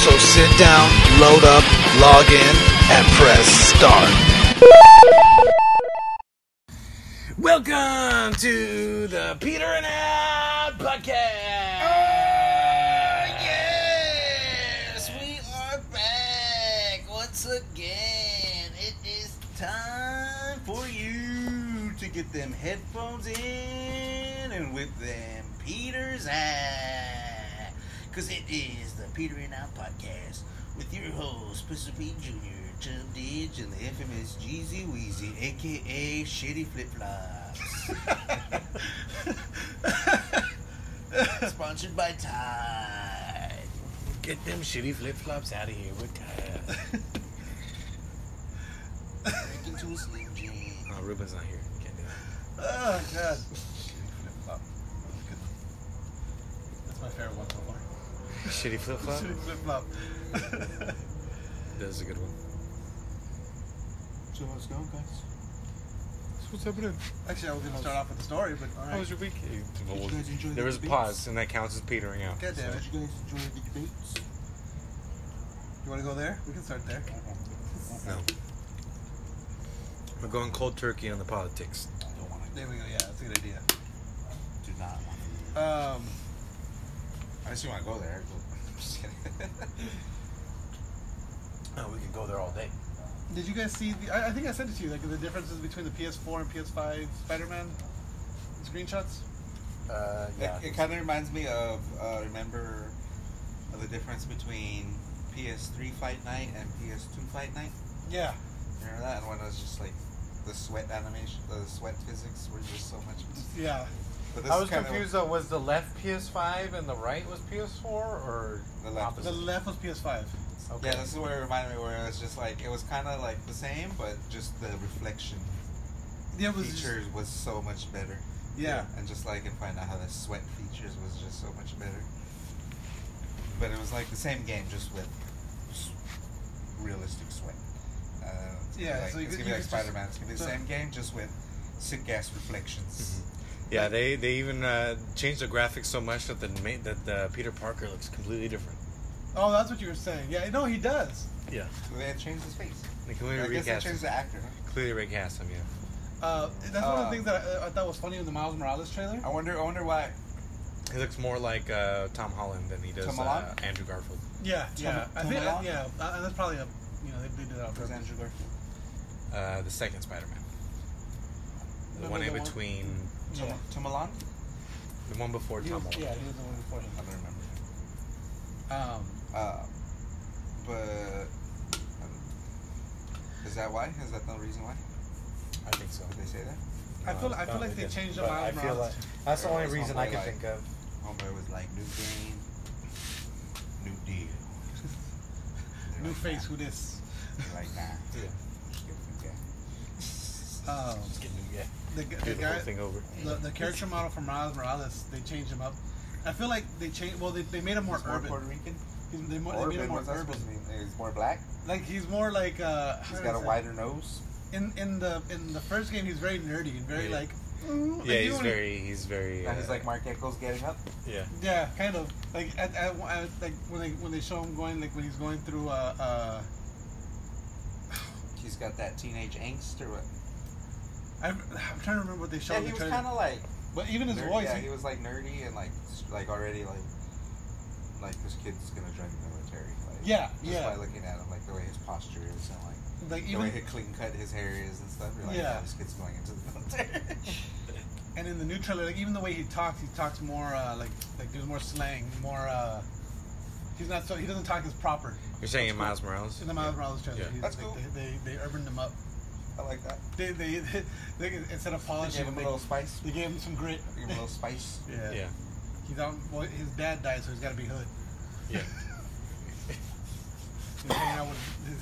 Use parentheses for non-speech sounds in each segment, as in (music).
So sit down, load up, log in, and press start. Welcome to the Peter and Al podcast. Oh, yes, we are back once again. It is time for you to get them headphones in and with them Peter's eye, cause it is the Peter and Al podcast with your host Pistol Pete Jr. Chum Didge and the infamous Jeezy Weezy, aka Shitty Flip (laughs) Flops. Sponsored by Tide. Get them shitty flip flops out of here with Tide. Break into a slim jam. Oh, Ruben's not here. Can't do (laughs) it. Oh god. That's my favorite one so far. Shitty flip flop. Shitty flip (laughs) flop. (laughs) That was a good one. So how's it going, guys? what's happening? Actually, I was gonna start off with the story, but all right. How was your week? Well, you guys enjoy there the was a debates? pause, and that counts as petering out. God damn it! Did you guys enjoy the debates? You want to go there? We can start there. No. We're going cold turkey on the politics. Don't wanna There we go. Yeah, that's a good idea. do not want Um, I just wanna go there. I'm just kidding. oh, we could go there all day. did you guys see? The, I, I think I sent it to you. Like the differences between the PS4 and PS5 Spider-Man screenshots. Uh yeah. It, it kind of reminds me of uh, remember the difference between PS3 Fight Night and PS2 Fight Night. Yeah. Remember that and when it was just like the sweat animation, the sweat physics were just so much. (laughs) Yeah. But I is was kinda confused though. Was the left PS5 and the right was PS4 or The left. opposite? The left was PS5. What, yeah, this is where it reminded me where it was just like it was kind of like the same, but just the reflection Yeah, it was just- features was so much better. yeah. and just like and find out how the sweat features was just so much better. But it was like the same game, just with s- realistic sweat. Uh, it's gonna be Yeah, like, so you it's could- gonna you be like could just- Spider Man. It's gonna be the so- same game, just with sick ass reflections. Yeah, they they even uh, changed the graphics so much that the ma- that the Peter Parker looks completely different. Oh, that's what you were saying. Yeah. No, he does. Yeah. So They had changed his face. They I completely guess they recast. Him. changed the actor. huh? Completely recast him. Yeah. Uh, that's one of the Uh, Oh, things that I, I thought was funny in the Miles Morales trailer. I wonder. I wonder why. He looks more like uh, Tom Holland than he does Tom uh, Holland? Andrew Garfield. Yeah, yeah. I Tom think Holland? yeah. Uh, and that's probably a you know they, they did that on It was purpose. Andrew Garfield. Uh, the second Spider-Man. The No, one no, in the one- between. Yeah. To- To Milan? The one before He Tom was, Holland. yeah, he was the one before him. I don't remember. Um, Uh, but um, is that why? Is that the reason why? I think so. Did they say that? I feel I uh, feel No, like they they didn't, changed the But Miles I feel like Morales. that's the Or only it's reason I something can like- think of. Homeboy was like, new game, new deal. They're New like, face, nah. who this? They're like, nah. Yeah. Just get new game. (laughs) Um, Just get new- yeah. the g- Do the the whole guy, thing over. the, the character model from Miles Morales, they changed him up. I feel like they changed. Well, they, they made him more He's more urban. Puerto Rican? He's- they, mo- they made Urban, him more what's that urban. supposed to mean? He's more black? Like he's more like uh. how He's do got I a say? wider nose? In in the in the first game, he's very nerdy and very Yeah. like. "Ooh," like, Yeah, you he's don't- very, he's very. And he's uh, like Mark Echo's getting up? yeah. Yeah, kind of. Like at, at, at like when they when they show him going like when he's going through uh uh He's got that teenage angst or what? I'm, I'm trying to remember what they showed. Yeah, in the he was trailer. kind of like... but even his nerd- voice, Yeah, he- he was like nerdy and like, s- like already like... Like this kid's gonna join the military. Like, Yeah, just yeah. by looking at him, like the way his posture is and like like the way even he clean cut his hair is and stuff. You're like, Yeah. yeah, this kid's going into the military. (laughs) and in the new trailer, like even the way he talks, he talks more uh, like like there's more slang, more. uh He's not so he doesn't talk as proper You're saying That's Miles Morales? in the Miles Morales trailer. Yeah. He's, That's like, cool. They, they they urbaned him up. I like that. They they, (laughs) they, instead of They polishing gave him him, a they, little spice. they gave him some grit. Give him a (laughs) little spice. (laughs) Yeah. Yeah. He's on. Well, his dad died, so he's got to be hood. Yeah.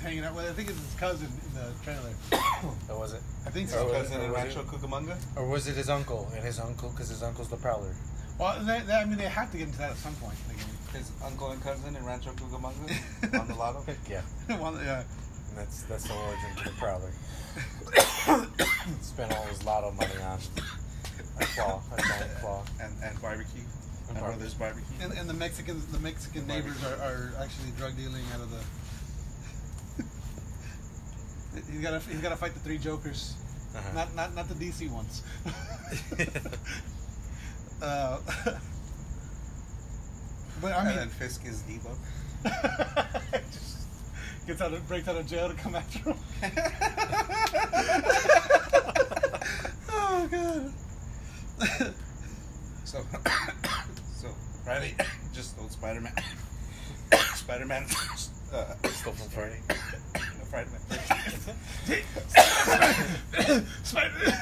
hanging out with. I think it's his cousin in the trailer. (laughs) Or was it? I think His so. was it- cousin in was it- Rancho Cucamonga? Or was it his uncle? And his uncle, because his uncle's the (laughs) prowler. Well, they, they, I mean, they have to get into that at some point. in the (laughs) game. His uncle and cousin in Rancho (laughs) Cucamonga on the lotto? Yeah. well, yeah. And that's that's the origin to the (laughs) prowler. Spent all his lotto money on a claw, a giant claw. And, and barbecue. And And barbe- brother's barbecue. And, and the Mexicans, the Mexican neighbors are, are actually drug dealing out of the. (laughs) he's got to he's got to fight the three jokers, Uh-huh. not not not the DC ones. uh, but I and mean, then Fisk is Debo. just (laughs) gets out of breaks out of jail to come after him. (laughs) oh god. (laughs) So, (coughs) so Friday, (coughs) just old Spider (coughs) Man. Spider Man. (coughs) Uh, Stole from Friday. Friday. (coughs) Spider-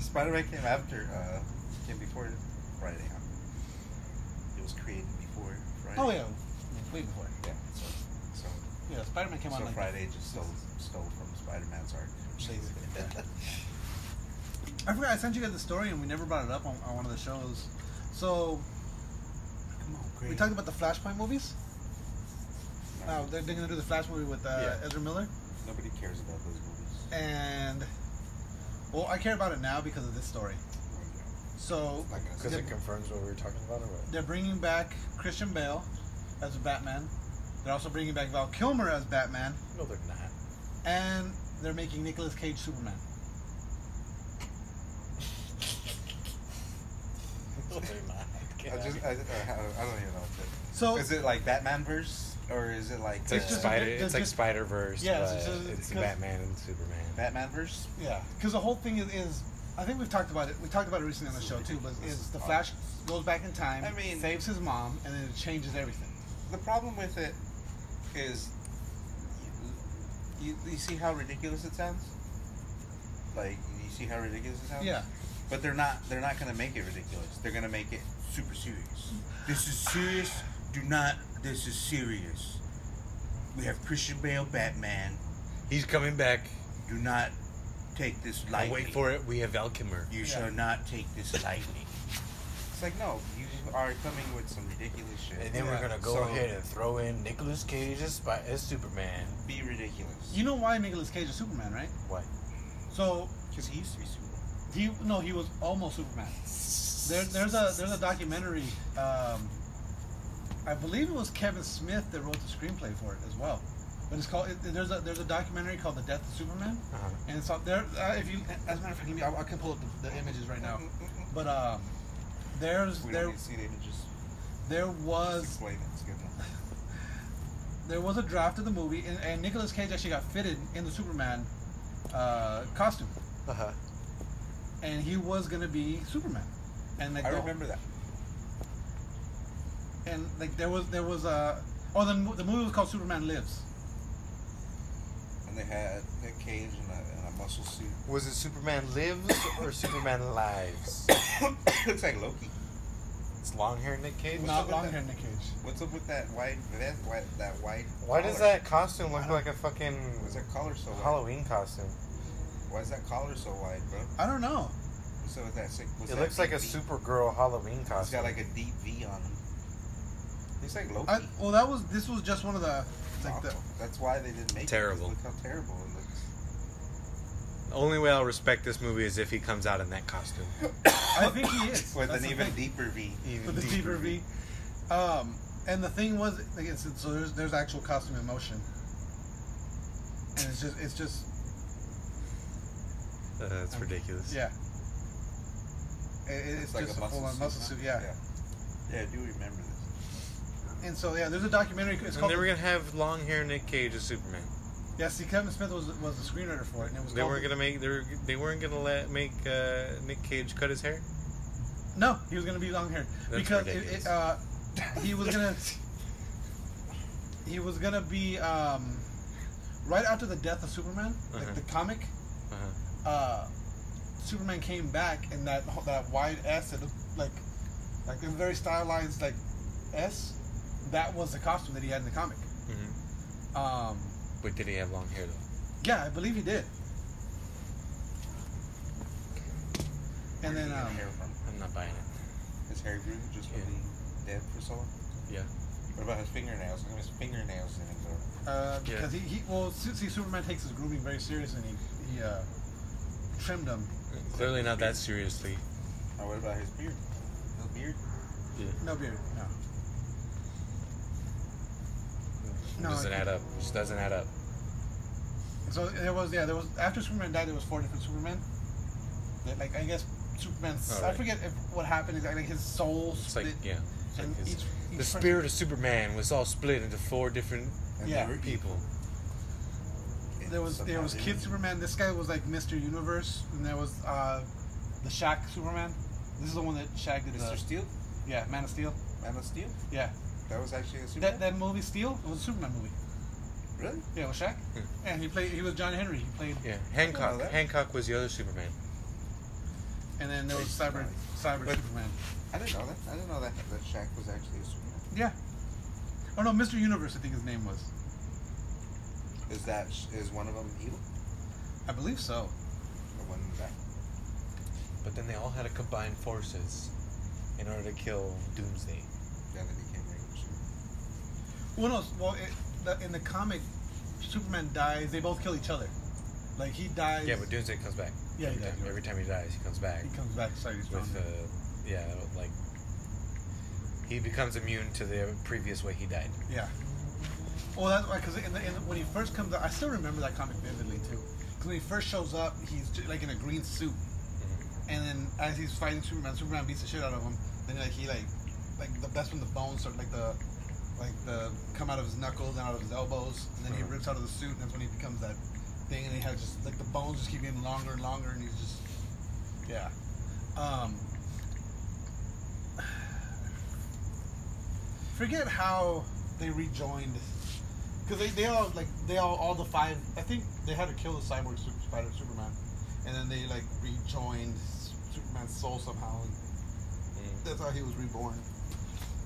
Spider Man came after, uh, came before Friday. Huh? It was created before Friday. oh yeah, way before. Yeah. So, so, Yeah, Spider Man came out so like Friday just stole stole from Spider Man's art. Basically, yeah. I forgot I sent you guys the story and we never brought it up on, on one of the shows. So Come on, we great. talked about the Flashpoint movies. Now they're, they're gonna do the Flash movie with uh, Yeah. Ezra Miller. (laughs) Nobody cares about those movies. and well, I care about it now because of this story. So Not gonna Because say it confirms what we were talking about, or what? they're bringing back Christian Bale as a Batman. They're also bringing back Val Kilmer as Batman, No, they're not. (laughs) and they're making Nicolas Cage Superman. No, they're not. Get I out of just here. I, I, I don't even know. If it, So is it like Batman verse or is it like It's uh, like Oh. It's just- Spider. it's It's like just- Spider Verse. Yeah, Yeah, it's it's, just- it's cause- Batman and Superman. uh, Batman verse? yeah, because the whole thing is, is I think we've talked about it. We talked about it recently on the show too. But is the Flash goes back in time, I mean- saves his mom, and then it changes everything. The problem with it is you, you see how ridiculous it sounds. Like you see how ridiculous it sounds. Yeah. But they're not. They're not gonna make it ridiculous. They're gonna make it super serious. This is serious. Do not. This is serious. We have Christian Bale Batman. He's coming back. Do not take this I lightly. wait for it. We have Val Kilmer. You shall not take this lightly. It's like no, you are coming with some ridiculous shit. And then Yeah, we're gonna go so- ahead and throw in Nicolas Cage as, Spi- as Superman. Be ridiculous. You know why Nicolas Cage is Superman, right? What? So Because he used to be Superman. He no, he was almost Superman. There, there's a there's a documentary. Um, I believe it was Kevin Smith that wrote the screenplay for it as well. But it's called it, there's a there's a documentary called The Death of Superman, Uh-huh. and it's out there. Uh, if you as a matter of fact, let me, I, I can pull up the, the images right now. But um, there's We there don't need to see the images. there Just was explain it. It's good enough. there was a draft of the movie, and, and Nicolas Cage actually got fitted in the Superman uh, costume, Uh huh. and he was gonna be Superman. And like I the- remember that. and like there was there was a oh the, mo- the movie was called Superman Lives. And they had Nick Cage in a, in a muscle suit. (coughs) Was it Superman Lives (coughs) or Superman Lives? Looks like Loki. It's long hair Nick Cage. What's up Not with long that? hair Nick Cage. What's up with that white vest? White, that white. Why does collar? that costume look like a fucking Why is that collar so wide? Halloween costume? Why is that collar so wide, bro? I don't know. What's up with that sick? What's It that looks like a deep V? Supergirl Halloween He's got costume. like a deep V on him. He's like Loki. I, well, that was this was just one of the It's like the awful. That's why they didn't make Terrible. it. 'cause Look how terrible it looks. The only way I'll respect this movie is if he comes out in that costume. (laughs) Uh, I think he (laughs) is With That's an the even thing. deeper V. with the deeper V. Um, and the thing was, like it's, it's- so there's there's actual costume in motion, and it's just it's just Uh, that's ridiculous. yeah. It, it- it's like just a, full on muscle suit, yeah. yeah. Yeah, I do remember this. And so yeah, there's a documentary. It's And called. they were gonna have long hair Nick Cage as Superman. yeah, see, Kevin Smith was was the screenwriter for it, and it was They called- weren't gonna make. They, were, they weren't gonna let make uh, Nick Cage cut his hair. No, he was gonna be long haired That's because it, ridiculous. it, uh, (laughs) he was gonna he was gonna be um, right after the death of Superman, like Uh-huh. the comic. Uh-huh. Uh, Superman came back in that that wide S, it looked like like a very stylized like S. That was the costume that he had in the comic. Mm-hmm. Um, But did he have long hair though? yeah, I believe he did. And Where then did he get um, hair from? I'm not buying it. His hair grew just from Yeah. being dead for so long. Yeah. What about his fingernails? Look at his fingernails in his arm. uh, Yeah. because he, he well, see, see, Superman takes his grooming very serious, and he he uh, trimmed them. Clearly not that seriously. Or what about his beard? His beard? No beard, no. No, doesn't it- add up. Just doesn't add up. So there was yeah there was after Superman died there was four different Supermen. That, Like I guess Superman's All I Oh, right. forget if, what happened exactly. Like his soul It's like split. yeah. It's like and his- each- each the person- spirit of Superman was all split into four different And Yeah. they were people. There was there was Kid Superman. This guy was like Mr. Universe, and there was uh, the Shaq Superman. This is the one that Shaq did. Mr. The, Steel? yeah, Man of Steel. Man of Steel? Yeah, That was actually a Superman? that that movie Steel it was a Superman movie. really? Yeah, it was Shaq, Hmm. and he played. He was John Henry. He played. Yeah. Hancock. that. Hancock was the other Superman. And then there was Cyber Cyber But- Superman. I didn't know that. I didn't know that, that Shaq was actually a Superman. Yeah. Oh no, Mr. Universe. I think his name was. Is that is one of them evil? I believe so. The one in the back? But then they all had to combine forces in order to kill Doomsday. Yeah, they became regular Superman. Well, no. Well, it, the, in the comic, Superman dies. They both kill each other. Like he dies. Yeah, but Doomsday comes back. Yeah, he every does. time, every time he dies, he comes back he comes back. So he's with uh, yeah, like he becomes immune to the previous way he died. Yeah. Well, that's why because in the, in the, when he first comes out, I still remember that comic vividly too. Because when he first shows up, he's ju- like in a green suit, and then as he's fighting Superman, Superman beats the shit out of him. Then like he like like the that's when the bones start like the like the come out of his knuckles and out of his elbows, and then he Mhm. rips out of the suit, and that's when he becomes that thing, and he has just like the bones just keep getting longer and longer, and he's just yeah. Um, forget how they rejoined because they, they all like they all all the five I think they had to kill the cyborg super, spider Superman and then they like rejoined S- Superman's soul somehow and that's how he was reborn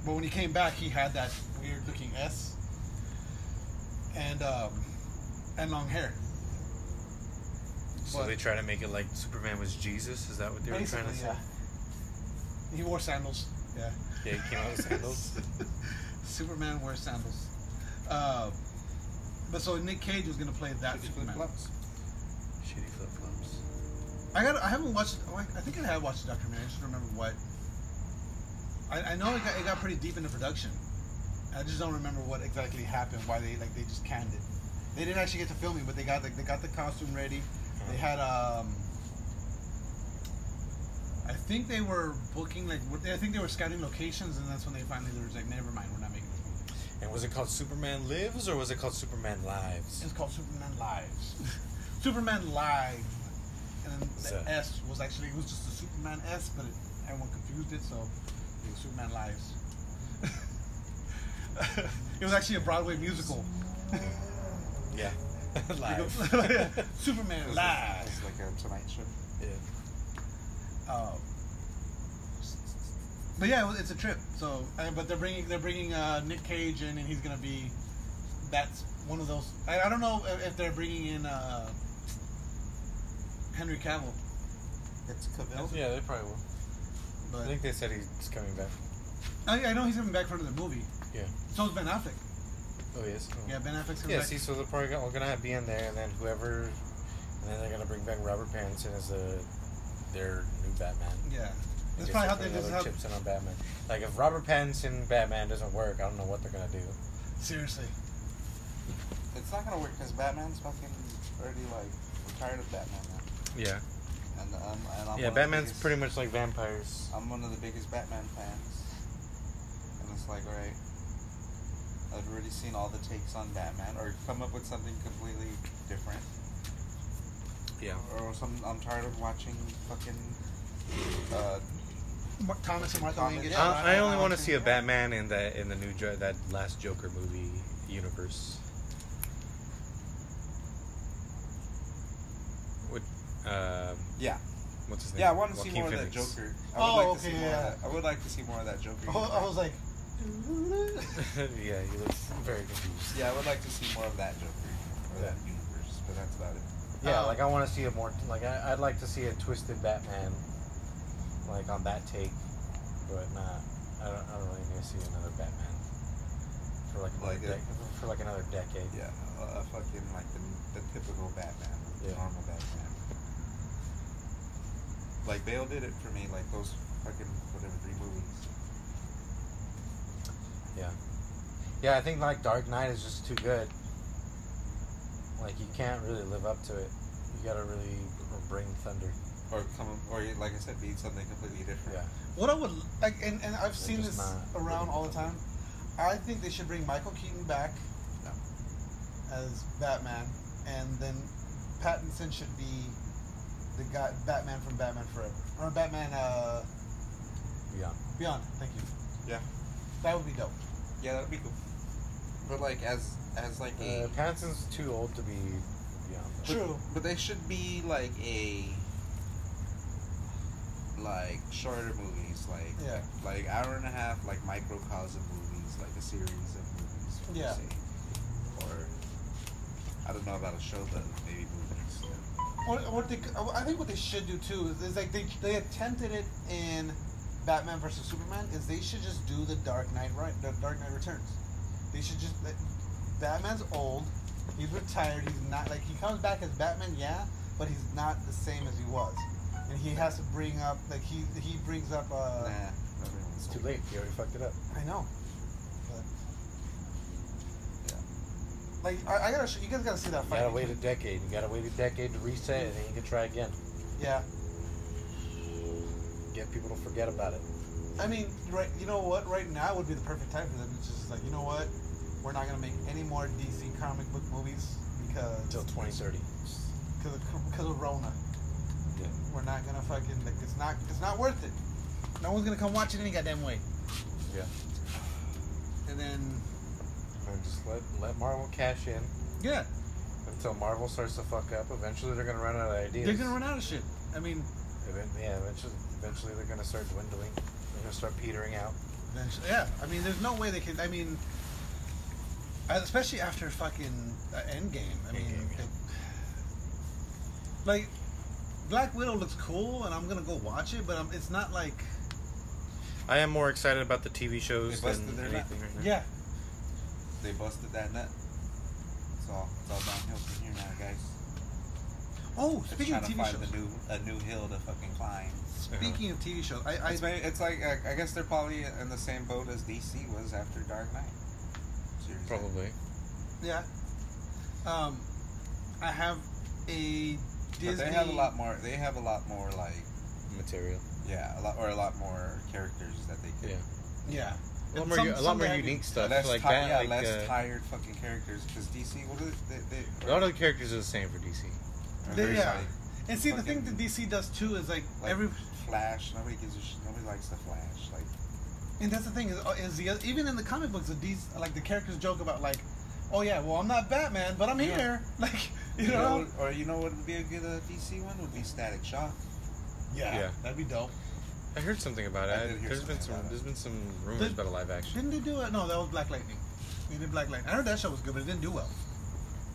but when he came back he had that weird looking S and um and long hair So But- they try to make it like Superman was Jesus. Is that what they were trying to basically say? yeah he wore sandals yeah Yeah, he came out with sandals. (laughs) Superman wears sandals uh, but so Nick Cage was gonna play that Superman Flip-flops. Shitty flip flops. I got. I haven't watched. oh, I I think I have watched the documentary. I just don't remember what. I, I know it got, it got pretty deep into production. I just don't remember what exactly happened. Why they like they just canned it. They didn't actually get to filming, but they got like they got the costume ready. They had um. I think they were booking like what- I think they were scouting locations, and that's when they finally there was like never mind, we're not making this movie. And was it called Superman Lives or was it called Superman Lives? It's called Superman Lives. (laughs) Superman Live. And then the So- S was actually it was just a Superman S, but it, everyone confused it, so it was Superman Lives. (laughs) it was actually a Broadway musical. Yeah. (laughs) Lives. Superman It's Live. like a Tonight Show. (laughs) yeah. Um, but yeah, it was- it's a trip. So, uh, but they're bringing they're bringing uh, Nick Cage in, and he's gonna be that's one of those. I, I don't know if- if they're bringing in uh, Henry Cavill, It's Cavill. Yeah, they probably will. I but Oh, think they said he's coming back. I, I know he's coming back for another movie. Yeah. So is Ben Affleck. Oh yes. Yeah, Ben Affleck's coming Yeah, back. see, so they're probably gonna, gonna be in there, and then whoever, and then they're gonna bring back Robert Pattinson as a, their new Batman. yeah, that's Just probably how to they put just how another chips in on Batman. Like if Robert Pattinson Batman doesn't work, I don't know what they're gonna do. seriously. It's not gonna work because Batman's fucking already like I'm tired of Batman now. Yeah. And, um, and I'm Yeah, one of the Batman's biggest- pretty much like vampires. I'm one of the biggest Batman fans, and it's like, all right, I've already seen all the takes on Batman, or come up with something completely different, Yeah. or some. I'm tired of watching fucking. Uh, Mar- Thomas and Martha Thomas- Wayne get Yeah, shot. I, I only want to Pattinson, see a yeah. Batman in the in the new Jo- that last Joker movie universe. What? Um, yeah, what's his name? yeah. I want to see Joaquin more of that Phoenix. Joker. I Oh, would like to okay, see more yeah. Oh, of that. I would like to see more of that Joker. (laughs) I was like, (laughs) yeah, he looks very confused. Yeah, I would like to see more of that Joker or that Yeah. universe, but that's about it. Yeah, Oh. like I want to see a more like I, I'd like to see a twisted Batman, like on that take, but not. I don't. I don't really need to see another Batman for like another Like a- dec for like another decade. Yeah, a a fucking like the, the typical Batman, the Yeah. normal Batman. Like Bale did it for me, like those fucking whatever three movies. Yeah. Yeah, I think like Dark Knight is just too good. Like you can't really live up to it. You gotta really bring thunder. Or come, or like I said, be something completely different. Yeah. What I would like, and, and I've They're seen just this not around all the really time. I think they should bring Michael Keaton back Yeah. as Batman, and then Pattinson should be the guy Batman from Batman Forever or Batman uh, Beyond. Beyond. Thank you. Yeah. That would be dope. Yeah, that'd be cool. But like as as like a Uh, Pattinson's too old to be beyond. though. True. But they should be like a like shorter movies, like Yeah. like hour and a half, like microcosm movies, like a series of movies. per Yeah. se. Or I don't know about a show, but maybe movies. What, what they, I think what they should do too is, is like they, they attempted it in Batman versus Superman is they should just do the Dark Knight right the Dark Knight Returns. They should just like, Batman's old, he's retired, he's not like he comes back as Batman, yeah, but he's not the same as he was, and he has to bring up like he he brings up uh nah, not really. It's too late. He already fucked it up. I know, but Yeah. like I, I gotta show, you guys gotta see that You fight. gotta wait a between- decade. You gotta wait a decade to reset, and then you can try again. yeah. Get people to forget about it. I mean, right? You know what? Right now would be the perfect time for them. It's just like, you know what? We're not gonna make any more DC comic book movies Until because 2030. because of, because of Rona. Yeah. We're not gonna fucking. Like, it's not. It's not worth it. No one's gonna come watch it any goddamn way. Yeah. And then And just let let Marvel cash in yeah, until Marvel starts to fuck up. Eventually, they're gonna run out of ideas. they're gonna run out of shit. I mean, Even, yeah, eventually, eventually they're gonna start dwindling. They're gonna start petering out. eventually, yeah. I mean, there's no way they can. I mean, especially after fucking uh, Endgame. I mean, Endgame, yeah. it- like Black Widow looks cool, and I'm gonna go watch it, but i it's not like I am more excited about the TV shows They busted than their anything nut. right now. yeah. They busted that nut. It's all it's all downhill from here now, guys. Oh, Just speaking of trying to TV find shows, a new a new hill to fucking climb. speaking of TV shows, I, I It's, maybe, it's like uh, I guess they're probably in the same boat as DC was after Dark Knight. Seriously. Probably. yeah, um, I have a Disney. But they have a lot more. They have a lot more like Material. yeah, a lot or a lot more characters that they could. Yeah. Yeah, A lot And more, some- u- a some lot more they have- unique stuff. less like ti- that. yeah, like, less uh, tired fucking characters because DC. What is they? they a lot of the characters are the same for DC. or they- there's, yeah. like- And see, the thing that Fucking- DC does too is like, like, every, Flash. Nobody gives a shit. Nobody likes the Flash. Like and that's the thing is, uh, is the oth- even in the comic books, the DC, like the characters joke about like, oh yeah, well I'm not Batman, but I'm Yeah. here, (laughs) like you know. what- or you know what would be a good uh, DC one would be Static Shock. Yeah. that'd be dope. I heard something about it. I I- did hear there's something been some about it. there's been some rumors Did- about a live action. Didn't they do it? No, that was Black Lightning. They did Black Lightning. I heard that show was good, but it didn't do well.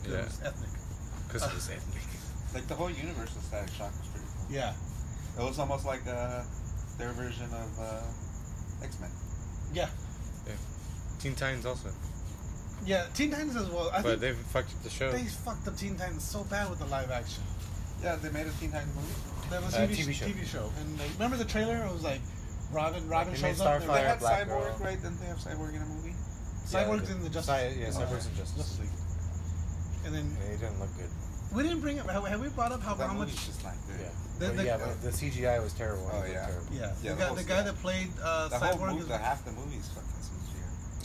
'cause It Yeah, was ethnic. because it (laughs) was ethnic. Like the whole universe of Static Shock was pretty. Cool. Yeah. It was almost like uh, their version of uh, X Men. Yeah. Teen Titans also, Yeah, Teen Titans as well. I but think they've fucked up the show. they fucked up Teen Titans so bad with the live action. Yeah, they made a Teen Titans movie. That was Uh, TV, TV show. show. TV show. And like, remember the trailer? It was like Robin. Robin they shows made up. They Starfire. Fire, had Black Cyborg, Girl. right? Didn't they have Cyborg in a movie? Yeah, Cyborg's the- in the Justice. Cy- yeah, uh, Cyborg's in Justice. League. And then Yeah, it didn't look good. we didn't bring up. Have, have we brought up how, That how much? movie's just like the, Yeah. The- but the- yeah, but the CGI was terrible. Oh, It looked yeah. terrible. Yeah. Yeah, the the guy, whole- the guy yeah. that played uh, the whole Cyborg. movie, is, the half the movie is fucking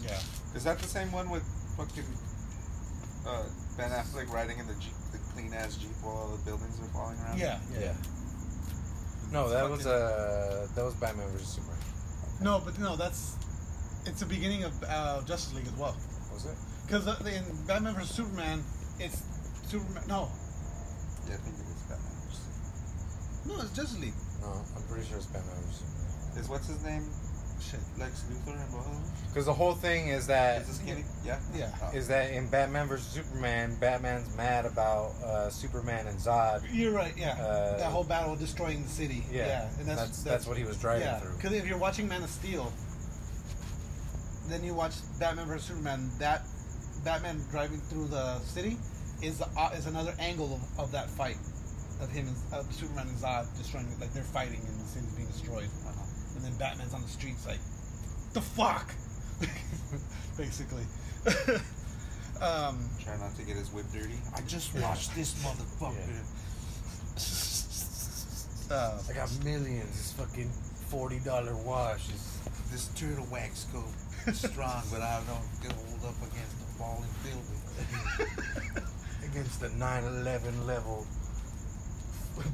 CGI. yeah. Is that the same one with fucking uh, Ben Affleck riding in the jeep, the clean ass jeep while all the buildings are falling around? Yeah. Yeah. No, that was uh Fucking- that was Batman vs Superman. No, but no, that's. It's the beginning of uh, Justice League as well. Was it? Because in Batman vs Superman, it's Superman. No, Yeah, I think it is Batman. no, it's Justice League. No, I'm pretty sure it's Batman vs Superman. Is what's his name? Shit. Lex Luthor and both of them? Because the whole thing is that Uh, Is this skinny? Yeah. Yeah. Oh. is that in Batman vs Superman, Batman's mad about uh, Superman and Zod. You're right. Yeah. Uh, that whole battle destroying the city. Yeah, And that's, that's what he was driving yeah. through. Because if you're watching Man of Steel, then you watch Batman vs Superman. That Batman driving through the city is the, uh, is another angle of, of that fight of him and of Superman and Zod destroying like they're fighting and the city's being destroyed, Uh-huh. and then Batman's on the streets like, the fuck, (laughs) basically. (laughs) um, Oh. Try not to get his whip dirty. I just watched this motherfucker. (laughs) uh, I got millions. This fucking forty dollar wash is This turtle wax go strong, but I don't get hold up against the falling building. against the 911 level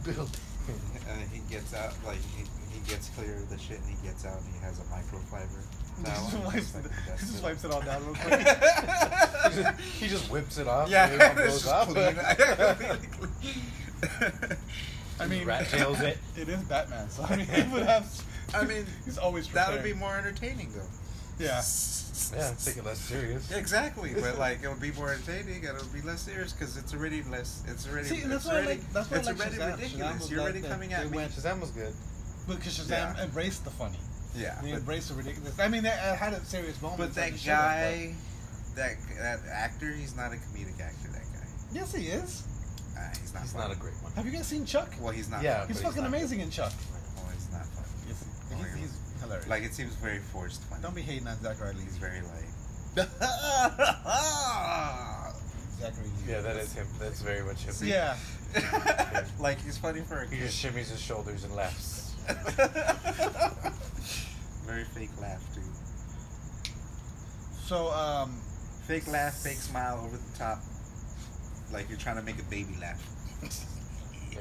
building. (laughs) And then Uh, he gets out, like he, he gets clear of the shit, and he gets out, and he has a microfiber. just towel, and wipes he's it- (laughs) like, "That's just it." wipes it all down (laughs) real quick. he, just, he just whips it off. and Yeah, it all blows (laughs) it's just up. (laughs) clean. I mean, Rat tails it. (laughs) It is Batman, so I mean, he would have. I mean, (laughs) he's always (laughs) that would prepared. be more entertaining, though. yeah. (laughs) Yeah, take it less serious. Exactly, but like it would be more entertaining and it would be less serious because it's already less. It's already. See, and that's it's why I already, like- that's why I it's like already Shazam. Shazam ridiculous. was You're already like that. coming at They me. went- Shazam was good. Because Shazam Yeah. embraced the funny. yeah, They but, embraced the ridiculous. I mean, they uh, had a serious moment. but that guy, that that actor, he's not a comedic actor. That guy, yes, he is. uh, he's not. It's funny. not a great one. Have you guys seen Chuck? Well, he's not. Yeah, funny. but he's he's fucking not. amazing in Chuck. Well, he's not funny. Yes, Oh, he's, yeah. he's hilarious. Like it seems very forced funny. don't be hating on Zachary Levi. He's (laughs) very (laughs) like. Zachary Levi. Yeah, that is him. That's very much him. Yeah. (laughs) like he's funny for a He kid. just shimmies his shoulders and laughs. (laughs) very fake laugh, dude. So, um, Fake laugh, fake smile over the top. Like you're trying to make a baby laugh. (laughs) Yeah,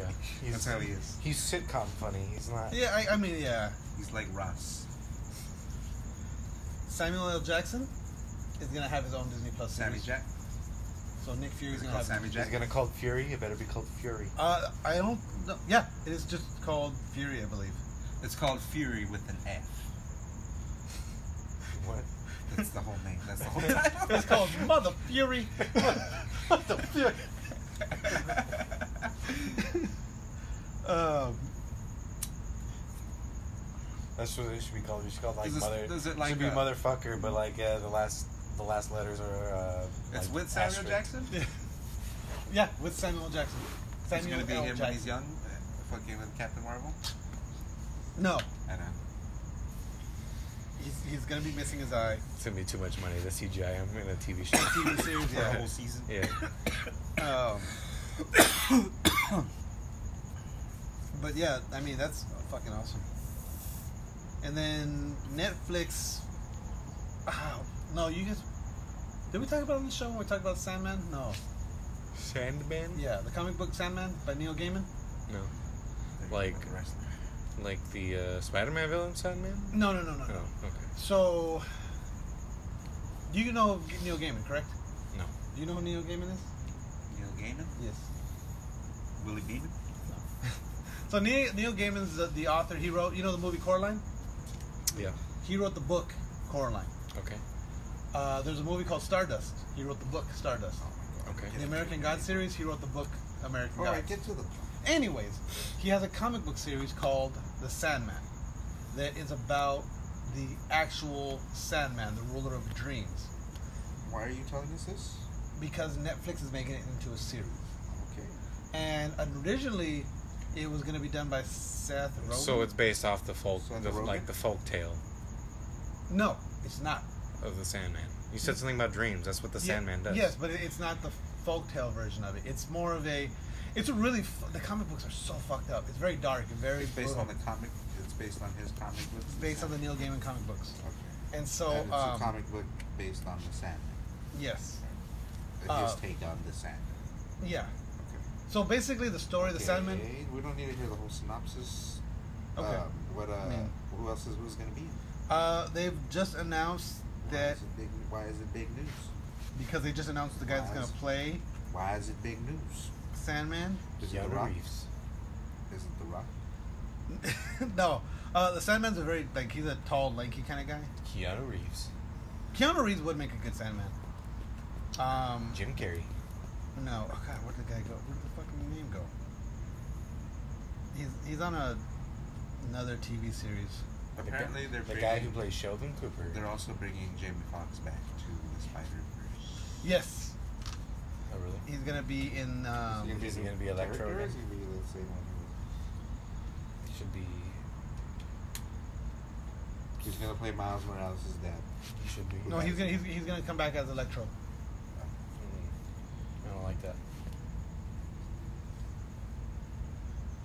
he's That's how he is. he's sitcom funny. He's not. yeah, I, I mean, yeah. He's like Ross. Samuel L. Jackson is gonna have his own Disney Plus Sammy series. Jack. So Nick Fury's Is it gonna called have. Sammy He's Jack? gonna call Fury. It better be called Fury. (laughs) Uh, I don't. know. Yeah, it is just called Fury, I (laughs) believe. It's called Fury with an F. What? That's the whole name. That's the (laughs) whole title. It's called Mother Fury. what the fuck? (laughs) Um, That's what it should be called. It should be called like Does it- mother. does it like, should be uh, motherfucker, but like yeah, the last the last letters are. Uh, (laughs) It's like with Samuel asterisk. Jackson. yeah. yeah, with Samuel L. Jackson. It's Samuel gonna be L. him when Jackson. he's young, uh, fucking with Captain Marvel. No, I know. he's, he's gonna be missing his eye. It's gonna be too much money. The CGI. I'm in a TV show. TV series, For a yeah. whole season. yeah. Um, (coughs) but yeah, I mean that's fucking awesome. And then Netflix. Oh, no, you guys. Did we talk about it on the show when we talked about Sandman? No. Sandman. Yeah, the comic book Sandman by Neil Gaiman. No. There you Like- go, the wrestler. Like the uh, Spider-Man villain Sandman. No, no, no, no. no. Oh, okay. So, you know Neil Gaiman, correct? No. Do you know who Neil Gaiman is? Neil Gaiman, Yes. Willie Beeman. So Neil, Neil Gaiman's the, the author. He wrote, you know, the movie Coraline. Yeah. He wrote the book Coraline. Okay. Uh, there's a movie called Stardust. He wrote the book Stardust. Okay. In the American God series, he wrote the book American Oh, All God. right, get to the. Anyways, he has a comic book series called The Sandman that is about the actual Sandman, the ruler of dreams, Why are you telling us this? because Netflix is making it into a series. Okay. And originally, it was going to be done by Seth Rogen. So it's based off the folk, So the, the Roman? like the folk tale no, it's not. of the Sandman. You said something about dreams. That's what the Yeah, Sandman does. Yes, but it- it's not the folktale version of it. It's more of a. It's a really. F- the comic books are so fucked up. It's very dark and very It's based brutal. on the comic. It's based on his comic book. based on the Neil Gaiman comic books. Okay. And so, And it's um, a comic book based on the Sandman. yes, His Uh, take on the Sandman. yeah. Okay. So basically, the story of the Sandman. Okay, We don't need to hear the whole synopsis. Okay. Um, what? Uh, Man. Who else is who's going to be? in it? Uh, they've just announced Why that is it big? Why is it big news? because they just announced the guy that's gonna Wise. play Why is it big news? Sandman. (laughs) Is it Keanu the Rock? Reeves. Is it the Rock? no, Uh, the Sandman's a very like he's a tall, lanky kind of guy. Keanu Reeves, Keanu Reeves would make a good Sandman. Um, Jim Carrey. no, oh god, where'd the guy go? Where'd the fucking name go? He's he's on a another TV series. Apparently, they're The bringing, guy who plays Sheldon Cooper. they're also bringing Jamie Foxx back to the Spider Verse. Yes, Oh, really? he's gonna be in. Um, Is he gonna be Electro Or again? is he gonna be the same one? He should be. He's gonna play Miles Morales' dad. He should be. no, he's gonna he's, he's gonna come back as Electro. Mm. I don't like that.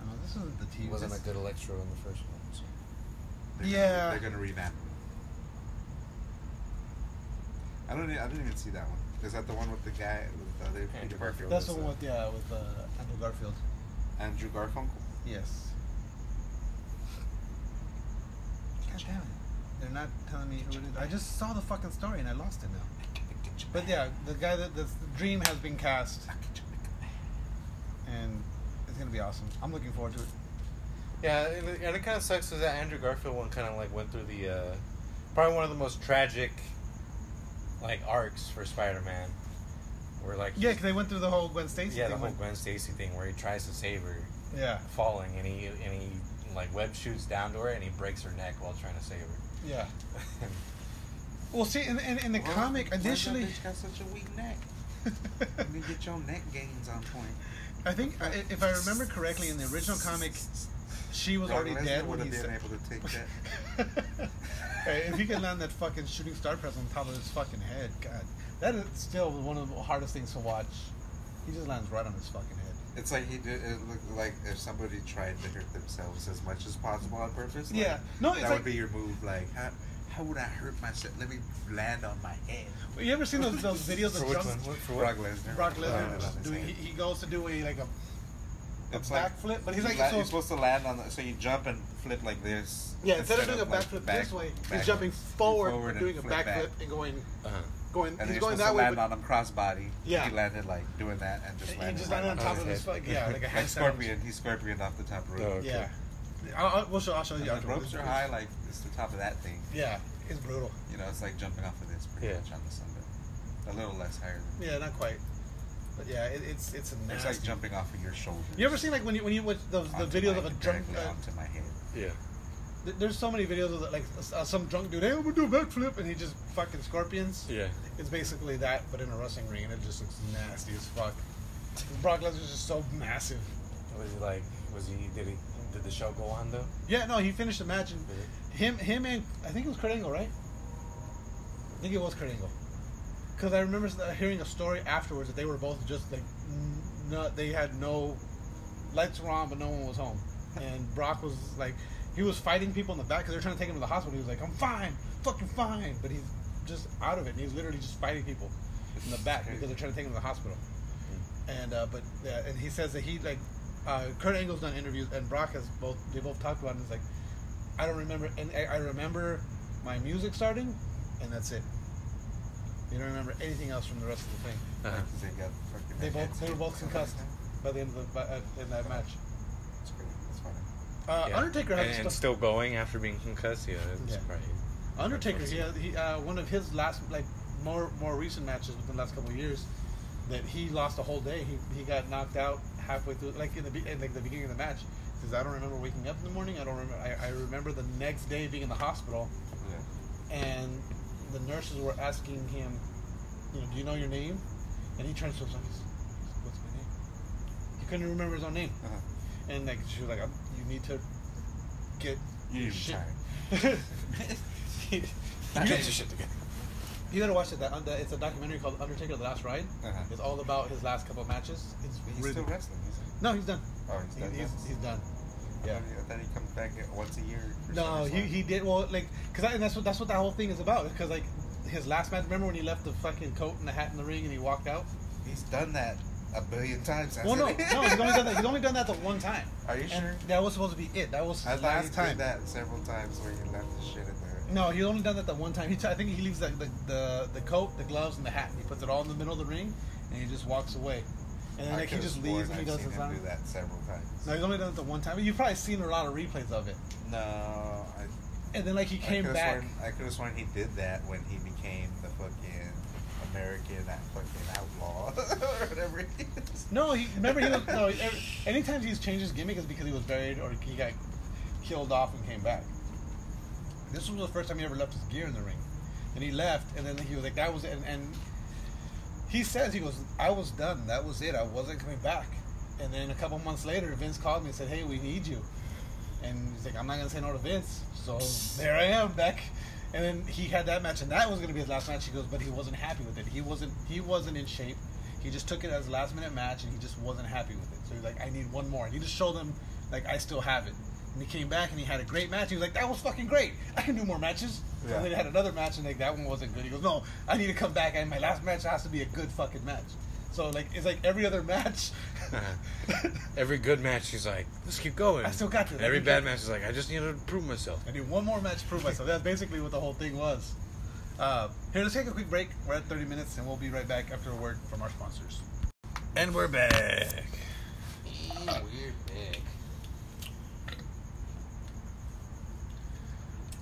Oh, this isn't the He TV. wasn't a this- good Electro in the first one. So. They're Yeah. Gonna, they're gonna revamp him. I don't. e- I didn't even see that one. Is that the one with the guy with the other Andrew Peter Parker? Garfield. That's the one with yeah with uh, Andrew Garfield. Andrew Garfunkel. Yes. God damn it! They're not telling me who it is. I just saw the fucking story and I lost it now. But yeah, the guy that the dream has been cast, and it's gonna be awesome. I'm looking forward to it. Yeah, and it, and it kind of sucks because that Andrew Garfield one kind of like went through the uh, probably one of the most tragic like arcs for Spider-Man, where like Yeah, 'cause they went through the whole Gwen Stacy. yeah thing the whole went- Gwen Stacy thing where he tries to save her Yeah, falling and he and he like web shoots down to her and he breaks her neck while trying to save her. (laughs) yeah. Well, see, in, in, in the Well, comic, why is that initially, bitch got such a weak neck. You need to get your neck gains on point. (laughs) I think I- if I remember correctly, in the original comic, she was already Lesnar dead would when have he been said. able (laughs) to take that. hey, if he could land that fucking shooting star press on top of his fucking head, God, that is still one of the hardest things to watch. He just lands right on his fucking head. It's like he did. It looked like if somebody tried to hurt themselves as much as possible on purpose. like, Yeah. No, it's that like- would be your move. Like, how, how would I hurt myself? Let me land on my head. Well, you ever seen those, (laughs) those videos For of which Trump, one? What- For Brock what? Lesnar. Brock landed on Lesnar? his Do, head. he, he goes to do a like a, a It's like- backflip, but he's you like la- so you're supposed to land on. The, so you jump and flip like this. yeah. Instead of doing a like, backflip back- this way, he's backwards. jumping You forward, and and doing a flip backflip back. and going Uh-huh. going. And he's he's going supposed that to way, land but on him crossbody. Yeah. He landed like doing that and just he landed. just right landed on top of his his head. fucking yeah, like a (laughs) Like hand sandwich. scorpion, he scorpioned off the top rope. Oh, okay. Yeah, I'll, I'll, we'll show, I'll show And you. the afterwards. ropes are high, like it's the top of that thing. Yeah, it's brutal. You know, it's like jumping off of this pretty Yeah. much on the sunbed. A little less higher. Than Yeah, not quite. But yeah, it, it's it's a It's nasty. like jumping off of your shoulder. you ever seen like when you when you watch those the videos of a drunk? directly Uh, onto my head. Yeah. th- there's so many videos of the, like s- uh, some drunk dude. Hey, I'm gonna do a backflip, and he just fucking scorpions. Yeah. It's basically that, but in a wrestling ring, and it just looks nasty as fuck. Brock Lesnar's just so massive. Was he like? Was he? Did he? Did the show go on though? Yeah, no, he finished the match, and Did it? him, him, and I think it was Kurt Angle, right? I think it was Kurt Angle, because I remember s- uh, hearing a story afterwards that they were both just like, n- no, they had no lights were on, but no one was home, and Brock was like, he was fighting people in the back because they were trying to take him to the hospital. He was like, I'm fine, fucking fine, but he's just out of it, and he's literally just fighting people in the back because they're trying to take him to the hospital. And uh, but yeah, and he says that he like uh, Kurt Angle's done interviews and Brock has both they both talked about it. And it's like I don't remember and I, I remember my music starting and that's it. You don't remember anything else from the rest of the thing. Uh-huh. 'Cause They got fucking. They their both heads they were both hit or concussed something by the end of the by, uh, in that match. like that. It's pretty. It's funny. Uh, Yeah. Undertaker had and, and stuff. still going after being concussed. Yeah, it's Yeah. probably- Undertaker, he, had, he uh, one of his last like more more recent matches within the last couple of years that he lost a whole day. He, he got knocked out halfway through, like in the be- in, like the beginning of the match. He says, "I don't remember waking up in the morning. I don't remember. I, I remember the next day being in the hospital, Yeah. and the nurses were asking him, you know, do you know your name?" And he turns to himself, he's, "What's my name?" He couldn't remember his own name, Uh-huh. and like she was like, "Um, "You need to get You your need time. (laughs) shit." Get your shit together. You gotta watch it. That under, it's a documentary called Undertaker: The Last Ride. Uh-huh. It's all about his last couple of matches. It's But he's really- still wrestling, isn't he? no, he's done. Oh, he's done. He- he's, now? he's done. I Yeah. thought he comes back once a year. for No, he, SummerSlam. he did well. Like, cause I, and that's what that's what that whole thing is about. Because like his last match. Remember when he left the fucking coat and the hat in the ring and he walked out? He's done that a billion times. Well, no, no, hasn't he? (laughs) he's only done that. He's only done that the one time. Are you and sure? That was supposed to be it. That was I the thought he last time. did that several times where he left the shit in there. No, he's only done that the one time. He t- I think he leaves the, the, the, the coat, the gloves, and the hat. He puts it all in the middle of the ring, and he just walks away. and then like, he could've just sworn leaves and he I've does seen his him own. do that several times. No, he's only done it the one time. You've probably seen a lot of replays of it. No, I, And then like he came I could've back. Sworn, I could have sworn he did that when he became the fucking American, that fucking outlaw (laughs) or whatever. It is. (laughs) No, he remember he was no. Every, anytime he's changed his gimmick is because he was buried or he got killed off and came back. This was the first time he ever left his gear in the ring. Then he left, and then he was like, "That was it." And, and he says, "He goes, I was done. That was it. I wasn't coming back." And then a couple months later, Vince called me and said, "Hey, we need you." And he's like, "I'm not gonna say no to Vince." So there I am back. And then he had that match, and that was gonna be his last match. He goes, but he wasn't happy with it. He wasn't. He wasn't in shape. He just took it as a last minute match, and he just wasn't happy with it. So he's like, "I need one more." And he just showed them, like, "I still have it." And he came back and he had a great match. He was like, "That was fucking great. I can do more matches." Yeah. And then he had another match, and like that one wasn't good. He goes, "No, I need to come back, and my last match has to be a good fucking match." So like, it's like every other match. (laughs) Every good match, she's like, let's keep going. I still got this. I Every can bad keep- match, she's like, I just need to prove myself. I need one more match to prove myself. That's basically what the whole thing was. Uh, here, let's take a quick break. We're at 30 minutes, and we'll be right back after a word from our sponsors. And we're back. weird pick.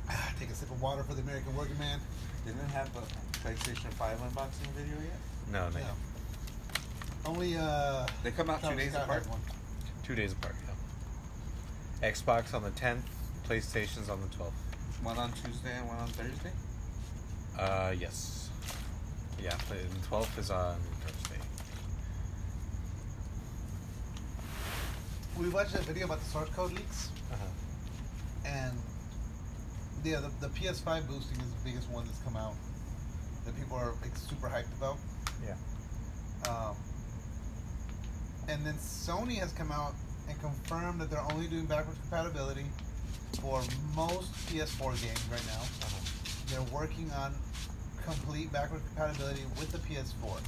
Ah, take a sip of water for the American working man. Didn't it have a PlayStation 5 unboxing video yet? No, no. Yeah. Only uh, They come out two Travis days Scott apart. had one. Two days apart. yeah. Xbox on the 10th, PlayStation's on the 12th. One on Tuesday and one on Thursday. Uh, yes. Yeah, play- the 12th is on Thursday. We watched that video about the source code leaks, Uh-huh. and yeah, the, the PS5 boosting is the biggest one that's come out that people are like, super hyped about. Yeah. Um, and then Sony has come out and confirmed that they're only doing backwards compatibility for most PS4 games right now. They're working on complete backwards compatibility with the PS4.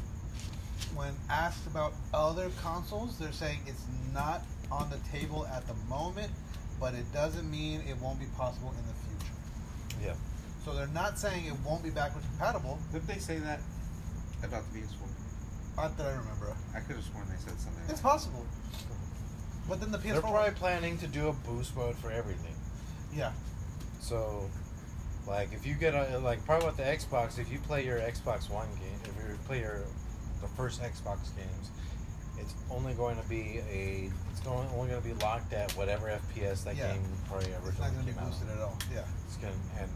When asked about other consoles, they're saying it's not on the table at the moment, but it doesn't mean it won't be possible in the future. Yeah. So they're not saying it won't be backwards compatible, Didn't they say that about the PS4? not that I remember. I could have sworn they said something. It's like possible. But then the PS4 They're probably planning to do a boost mode for everything. Yeah. So, like, if you get a, like probably with the Xbox, if you play your Xbox One game, if you play your the first Xbox games, it's only going to be a it's going only going to be locked at whatever FPS that Yeah. game probably originally It's not going to be came boosted out. at all. Yeah. It's gonna and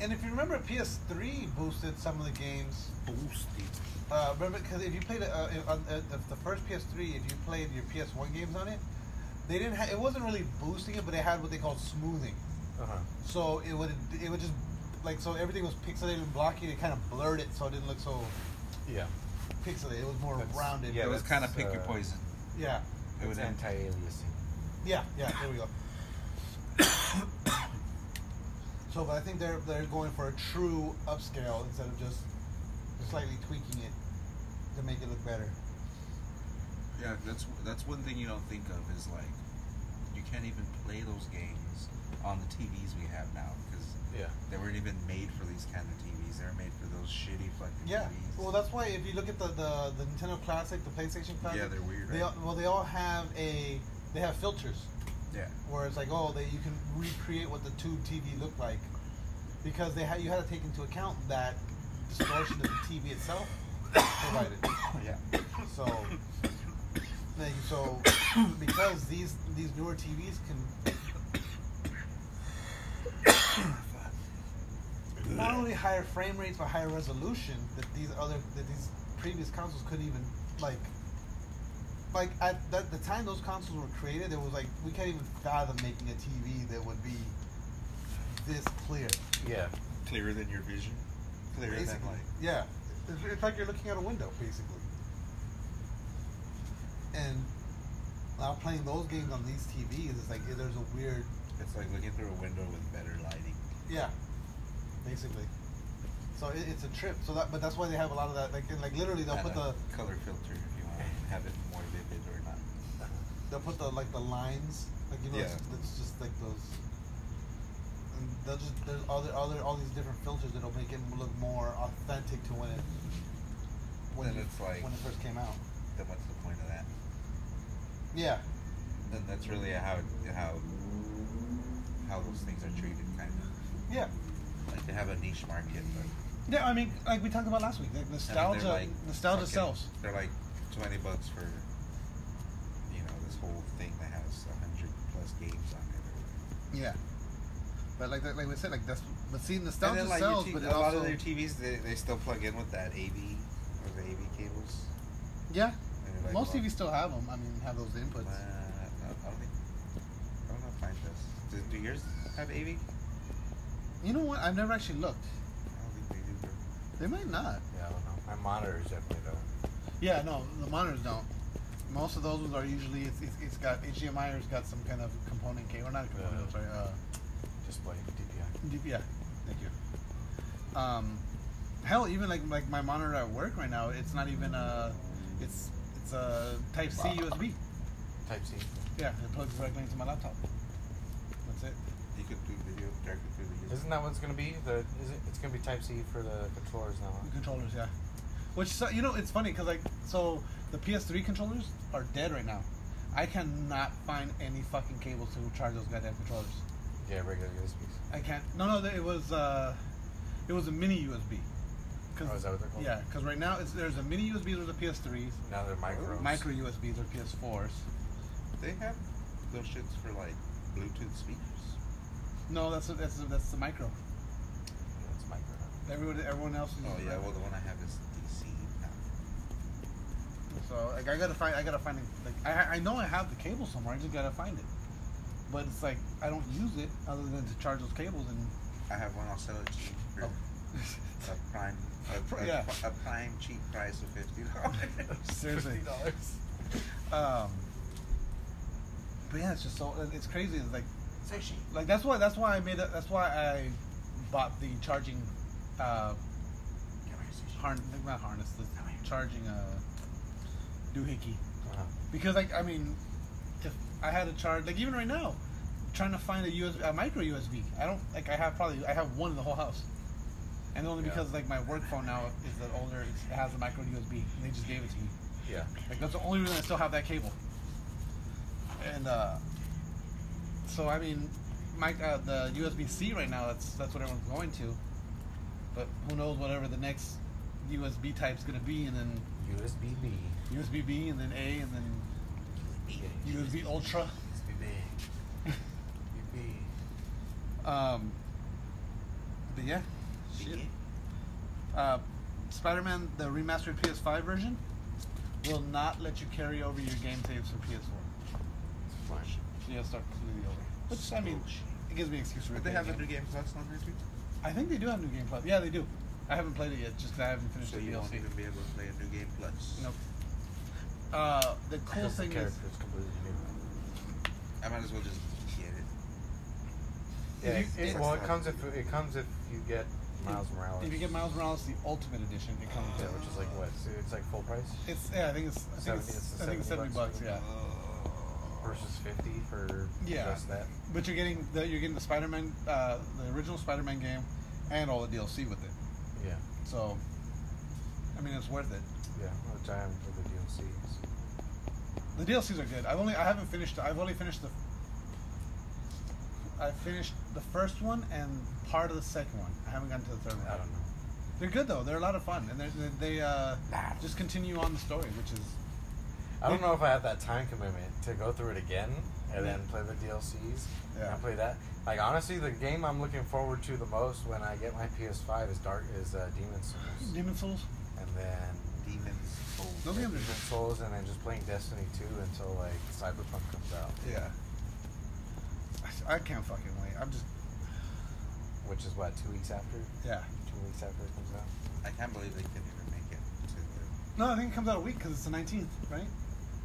And if you remember, PS3 boosted some of the games. boosted. Uh, remember, because if you played uh, if, on uh, the, the first PS3, if you played your PS1 games on it, they didn't. Ha- it wasn't really boosting it, but it had what they called smoothing. uh-huh. So it would it would just like so everything was pixelated and blocky. It kind of blurred it, so it didn't look so yeah, pixelated. It was more That's- rounded. it was that's, kind of pick your uh, poison. Yeah. It was it's anti-aliasing. Yeah, yeah, there we go. (coughs) so, but I think they're they're going for a true upscale instead of just slightly tweaking it to make it look better. Yeah, that's that's one thing you don't think of is like you can't even play those games on the TVs we have now because Yeah, they weren't even made for these kind of TVs. They were made for those shitty fucking Yeah. TVs. Well, that's why if you look at the the, the Nintendo Classic, the PlayStation Classic, yeah, they're weird. they right? all, well they all have a they have filters (coughs) yeah, where it's like oh that you can recreate what the tube TV looked like because they had you had to take into account that distortion of the TV itself (coughs) provided. yeah. So, like, so (coughs) because these these newer TVs can (coughs) not only higher frame rates but higher resolution that these other that these previous consoles couldn't even like. Like at the, the time those consoles were created, it was like we can't even fathom making a TV that would be this clear. yeah, Clearer than your vision. Clearer than Basically, like yeah. It's, it's like you're looking out a window, basically. And now playing those games on these TVs, it's like there's a weird, it's like looking through a window with better lighting. yeah, basically. So it, it's a trip. So that, but that's why they have a lot of that. Like, and like literally, they'll And put a (laughs) the color filter if you want to have it more vivid or not. they'll put the like the lines, like you know, it's, Yeah. it's just like those. And they'll just there's all the all, the, all these different filters that'll make it look more authentic to when it when And it- it's like- when it first came out. then what's the point of that? Yeah. Then that's really how how how those things are treated, kind of. Yeah. Like they have a niche market, but Yeah, I mean, like we talked about last week, like I mean, nostalgia, they're like nostalgia fucking- sells. They're like twenty bucks for you know this whole thing that has hundred plus games on it. Yeah, but like that, like we said, like that's but see, And nostalgia then like your sells, t- but it a lot also of their TVs, they, they still plug in with that AV or the AV cables. yeah, And you're like, most well, TVs still have them. I mean, have those Uh, inputs. I don't- I don't think. I don't know if mine does. Do, do yours have AV? You know what? I've never actually looked. I don't think they do. bro. They might not. Yeah, I don't know. My monitors definitely don't. Yeah, no, the monitors don't. Most of those ones are usually it's, it's, it's got HDMI or it's got some kind of component cable, or not a component, Yeah. sorry, uh, Display DPI. D- yeah, thank you. Um, hell, even like like my monitor at work right now, it's not even a, it's it's a Type C USB. Type C. Yeah, it plugs directly into my laptop. That's it. You could do video directly through the USB. Isn't that what it's gonna be? The is it? It's gonna be Type C for the controllers now. huh? The controllers, yeah. Which so, you know, it's funny because like so the PS3 controllers are dead right now. I cannot find any fucking cables to charge those goddamn controllers. Yeah, regular USBs. I can't. No, no, it was uh, it was a mini USB. Oh, is that what they're called? Yeah, because right now it's there's a mini USB, there's a PS3, Now they're micros. micro USBs or PS4s. They have those shits for like Bluetooth speakers. Oh, No, that's that's that's the micro. It's micro. Everyone everyone else. Is Oh yeah, well the one I have is DC. now. So like I gotta find I gotta find it. like I I know I have the cable somewhere. I just gotta find it. But it's like I don't use it other than to charge those cables and (laughs) I have one. I'll sell it to you for a prime, a, a, Oh. Yeah. a prime cheap price of fifty dollars. seriously. Um. But yeah, it's just so it- it's crazy. It's like like that's why that's why I made it. That's why I bought the charging, uh, harn not harness the charging uh, doohickey Uh-huh. because like I mean, if I had a charge like even right now, trying to find a USB a micro USB. I don't like I have probably I have one in the whole house, and only Yeah. because like my work phone now is the older it has a micro USB. And they just gave it to me. Yeah. Like that's the only reason I still have that cable. And uh, so I mean, my uh, the USB C right now that's that's what everyone's going to. But who knows whatever the next USB type's gonna be, and then USB B. USB B, and then A, and then USB Ultra. USB B. USB. Um, but yeah, (laughs) shit. Uh, Spider-Man the remastered PS5 version will not let you carry over your game saves from PS4. Flash. So you have to start completely over. Which I mean, it gives me an excuse to. But they replay have the a game. new game plus on there too, I think they do have new game plus. Yeah, they do. I haven't played it yet, just 'cause I haven't finished so the you won't DLC. even be able to play a new game plus. Nope. Uh, the cool Because thing the is, character is completely new. I might as well just get it. Yeah. If you- it- if- well, it comes if it comes if you get Miles Morales. Uh, if you get Miles Morales the Ultimate Edition, it comes. Yeah, which is like what? So it's like full price It's yeah, I think it's I think 70 it's, it's the I think it's 70 seventy bucks. bucks. Yeah, Oh. versus fifty for Yeah. just that. but you're getting the you're getting the Spider-Man, uh, the original Spider-Man game, and all the DLC with it. Yeah. So, I mean, it's worth it. Yeah. Which I haven't for the DLCs. The DLCs are good. I've only I haven't finished. I've only finished the. I finished the first one and part of the second one. I haven't gotten to the third one. I don't know. They're good though. They're a lot of fun, and they're- they they uh, just continue on the story, which is I don't know if I have that time commitment to go through it again and then play the DLCs Yeah. and play that. Like honestly, the game I'm looking forward to the most when I get my PS5 is Dark is uh, Demon Souls, Demon Souls. and then Demons Souls. Those games Demon are Souls, and then just playing Destiny 2 until like Cyberpunk comes out, yeah. I, I can't fucking wait. I'm just which is what two weeks after, yeah. two weeks after it comes out. I can't believe they couldn't even make it to the. No, I think it comes out a week because it's the 19th, right?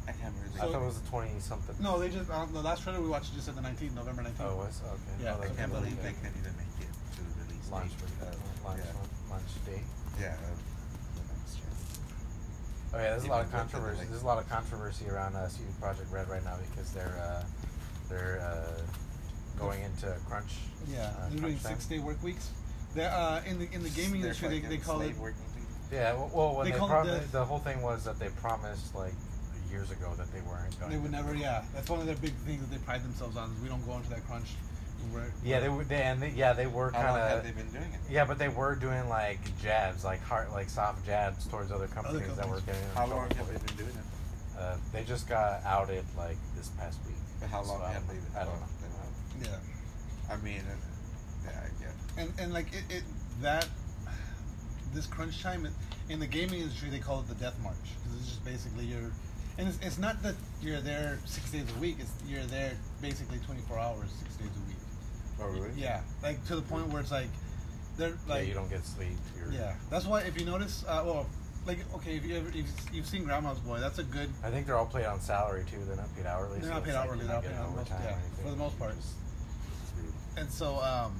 I can't believe. I So- they- thought it was the 20 something. No, they just uh, the last trailer we watched just said the 19th, November 19th. Oh, it was okay. Yeah, oh, I that's can't okay. believe they couldn't even make it to the release launch date. for of- launch yeah. launch date. Yeah, of the next Oh gen. yeah, there's a Even lot of with the controversy. delay. There's a lot of controversy around uh, CD Project Red right now because they're uh, they're uh, going into crunch. Yeah, they're uh, doing crunch time. six day work weeks. They're uh, in the in the gaming They're industry. They, fucking they call it slave working people. Yeah, well, well when They they, call it prom- the- the, whole thing was that they promised like years ago that they weren't going. They would to never, yeah. That's one of their big things that they pride themselves on. Is we don't go into that crunch. We're- Yeah, they were. They, and they, yeah, they were How long have kind they of. been doing it? Yeah, but they were doing like jabs, like hard, like soft jabs towards other companies, that were companies. getting. in How trouble long for have they it. been doing it? Uh, they just got outed like this past week. But how So long I have don't- they been? I don't well, know. they don't know. yeah. I mean, it- yeah, I get. and and like it, it that this crunch time in- in the gaming industry they call it the death march because it's just basically you're and it's, it's not that you're there six days a week it's you're there basically 24 hours six days a week Oh really? yeah like to the point where it's like they're like yeah, you don't get sleep. You're, yeah that's why if you notice uh, well like okay if you ever if you've seen grandma's boy that's a good I think they're all paid on salary too. They're not paid hourly. They're so not it's paid like hourly, you're they're not not getting paid on most- overtime or yeah, anything. for the most You part. just- it's weird. and so um,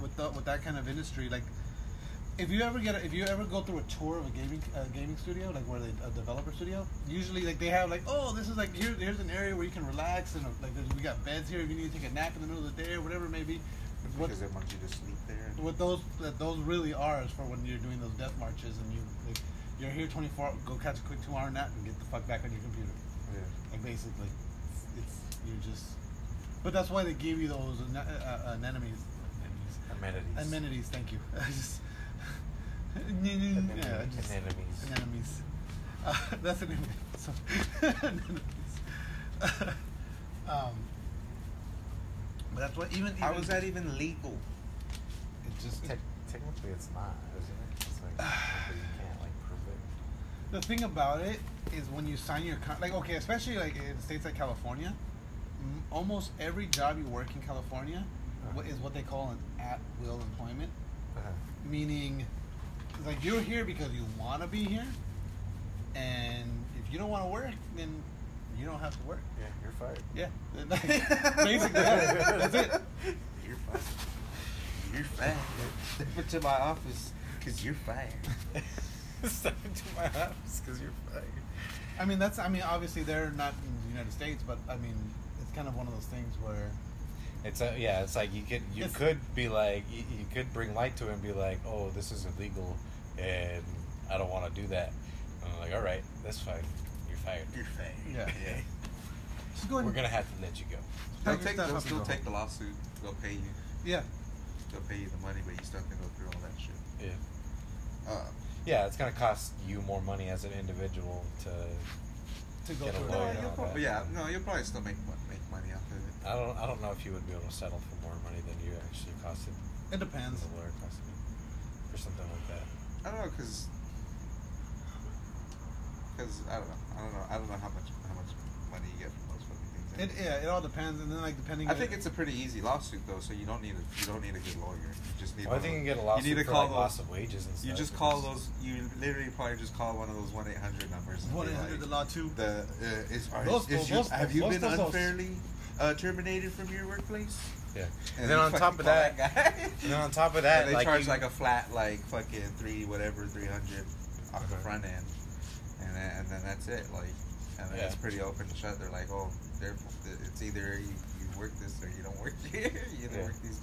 with the, with that kind of industry, like if you ever get a, if you ever go through a tour of a gaming uh, gaming studio, like where they a developer studio, usually like they have like oh this is like here, here's an area where you can relax and uh, like there's, we got beds here if you need to take a nap in the middle of the day or whatever it may be. What, Because they want you to sleep there. what those that those really are is for when you're doing those death marches and you like, you're here 24 go catch a quick two hour nap and get the fuck back on your computer. Yeah. Like basically, it's, it's you're just. But that's why they give you those an, uh, uh, anemones. Amenities. Amenities, thank you. (laughs) I just. yeah, I just- Anemones. Anemones. (laughs) Uh, that's an enemy. So, (laughs) anemones. (laughs) um, but that's what even. even How is that even legal? It just Tec- technically, it's not, isn't it? It's like (sighs) technically you can't like prove it. the thing about it is when you sign your con- like okay, especially like in states like California, m- almost every job you work in California wha- is what they call an at-will employment. Uh-huh. meaning like you're here because you want to be here and if you don't want to work then you don't have to work Yeah, you're fired. yeah (laughs) basically that's, that's it You're fired. You're fired. Step into my office because you're (laughs) fired. Step into my house because you're fired. i mean that's i mean obviously they're not in the united states but i mean it's kind of one of those things where It's uh yeah. It's like you could you It's- could be like you, you could bring light to it and be like, oh, this is illegal, and I don't want to do that. And I'm like, all right, that's fine. You're fired. You're fired. Yeah. yeah. just go ahead We're and- gonna have to let you go. They'll, Pack your take, stuff they'll up and still go take the lawsuit. They'll pay you. yeah They'll pay you the money, but you still have to go through all that shit. Yeah. Uh, Yeah, it's gonna cost you more money as an individual to. to go Get a through lawyer. it Oh, yeah, you'll I'll probably, bet. yeah, no, you'll probably still make mon- make money off of it. I don't. I don't know if you would be able to settle for more money than you actually costed. it than depends The lawyer costed you, or something like that. I don't know, cause, 'cause I don't know, I don't know, I don't know how much how much money you get from those fucking things. it yeah it all depends and then like depending I on think it's a pretty easy lawsuit though, so you don't need a you don't need a good lawyer. You just need. Well, I one think you can of- get a lawsuit You need to for call like loss those. of wages and stuff. you just but call this- those. You literally probably just call one of those one eight hundred numbers. and be what is it, the like, law too The uh, is, are, Los- is you, los- have you los been dos. unfairly uh, terminated from your workplace? Yeah. And, And then you on top fucking of call that, guy. and then on top of And that, they like charge you, like a flat like fucking three whatever three hundred off the Okay. front end, and then, and then that's it. Like, and then Yeah. it's pretty open and shut. They're like, oh, they're, it's either you, you work this or you don't work (laughs) here. you either Yeah. work these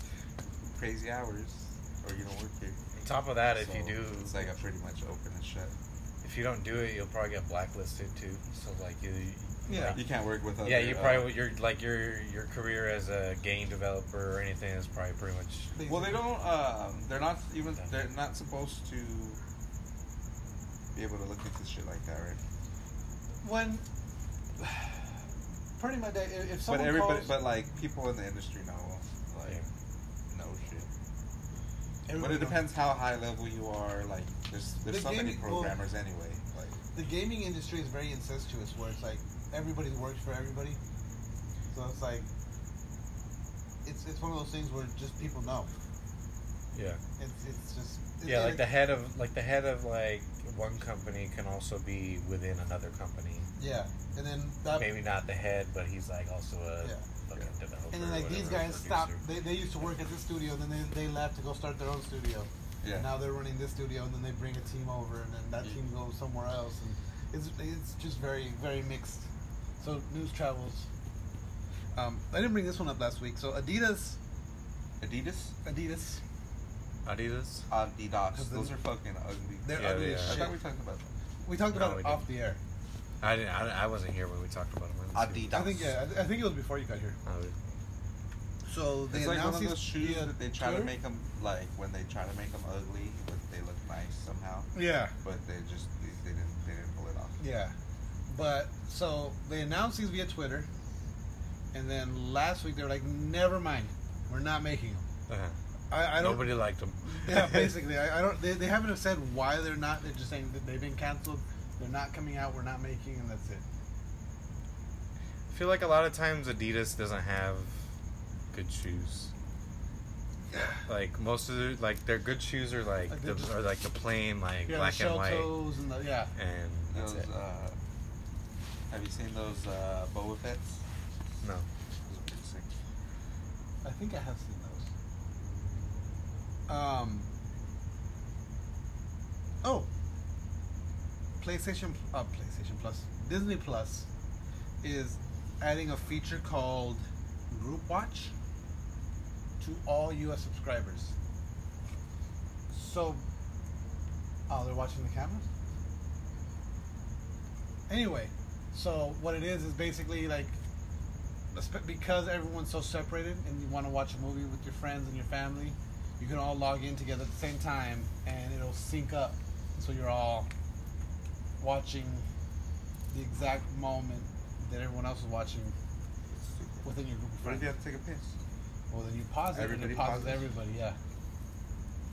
crazy hours or you don't work here. on top of that, if So you do, it's like a pretty much open and shut. if you don't do it, you'll probably get blacklisted too. So like you, yeah You can't work with other. yeah, you uh, probably your like your your career as a game developer or anything is probably pretty much Well, they don't. Um, they're not even. They're not supposed to be able to look into shit like that, right? when (sighs) pretty much they- if if But someone everybody, calls, but like people in the industry know, like, know shit. But everybody it knows. depends how high level you are. Like, there's there's The so many gaming- well- programmers anyway. Like, the gaming industry is very incestuous where it's like everybody works for everybody so it's like it's it's one of those things where just people know yeah. it's it's just it's yeah like the head of like the head of like one company can also be within another company yeah and then that maybe not the head but he's like also a Yeah. fucking developer and then like these whatever, guys producer. stopped they, they used to work at this studio and then they, they left to go start their own studio yeah. and now they're running this studio and then they bring a team over and then that team goes somewhere else and it's it's just very very mixed so news travels um, I didn't bring this one up last week so Adidas Adidas. Adidas Adidas? Adidas. Cause Those the- are fucking ugly. They're Yeah, ugly they as are. I shit. thought we talked about them. We talked No, about we it didn't. off the air. I didn't. I, I wasn't here when we talked about them. I didn't see Adidas. I think yeah. I, I think it was before you got here. it. Oh, So they It's like one announced of those shoes the, uh, that they try tour? to make them like when they try to make them ugly, but they look nice somehow. Yeah, But they just they, they didn't they didn't pull it off. yeah. But so they announced these via Twitter, and then last week they were like, "Never mind, we're not making them." uh-huh. I, I don't. Nobody liked (laughs) them. Yeah, basically, I, I don't. They, they haven't have said why they're not. They're just saying that they've been canceled. They're not coming out. We're not making, and that's it. I feel like a lot of times Adidas doesn't have good (sighs) shoes. Like most of the like their good shoes are like Like, the, they're just- are like the plain like Yeah, black the and shell white toes and the yeah. and that's Those it. uh, have you seen those uh, Boba Fett's? No, Those are pretty sick. I think I have seen those. Um. Oh. PlayStation, uh, PlayStation Plus, Disney Plus, is adding a feature called Group Watch to all U.S. subscribers. So, oh, they're watching the camera. Anyway, so what it is is basically like Espe- because everyone's so separated and you want to watch a movie with your friends and your family, you can all log in together at the same time and it'll sync up. So you're all watching the exact moment that everyone else is watching within your group of What if friends. you have to take a piss? Well, then you pause it and Everybody it pauses pauses? everybody, yeah.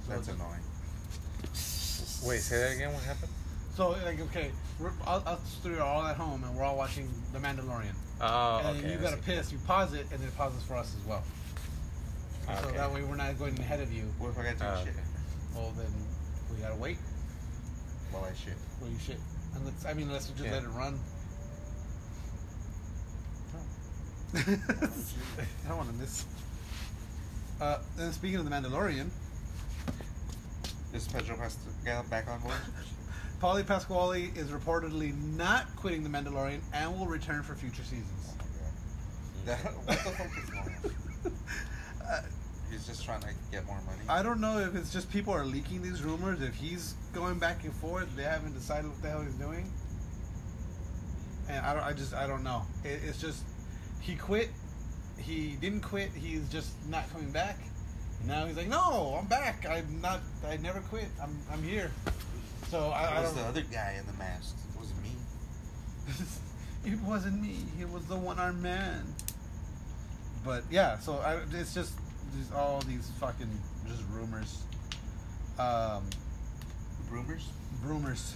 So That's it's- annoying. wait, say that again. What happened? So, like, okay, we're, us us three are all at home and we're all watching The Mandalorian. Oh, and okay. then you I gotta see. piss, you pause it, and then it pauses for us as well. So Ah, Okay. that way we're not going ahead of you. What if I gotta take uh, Oh, a shit okay. Well, then we gotta wait. while I shit? Well, you shit. Unless, I mean, unless you just Yeah. let it run. (laughs) I don't want to miss. Uh, and speaking of the Mandalorian, Is Pedro Pascal back on (laughs) board? Polly Pasquale is reportedly not quitting the Mandalorian and will return for future Oh seasons. my God. That- (laughs) what the fuck is going (laughs) on? He's just trying to get more money. Uh, I don't know if it's just people are leaking these rumors. If he's going back and forth, they haven't decided what the hell he's doing. And I don't. I just. I don't know. It, it's just he quit. He didn't quit. He's just not coming back. Now he's like, no, I'm back. I'm not. I never quit. I'm. I'm here. So I, I Who's don't. the other guy in the mask? It was (laughs) me. it wasn't me. It was the one-armed man. But yeah, so I, it's just there's all these fucking just rumors. Um, Rumors? rumors.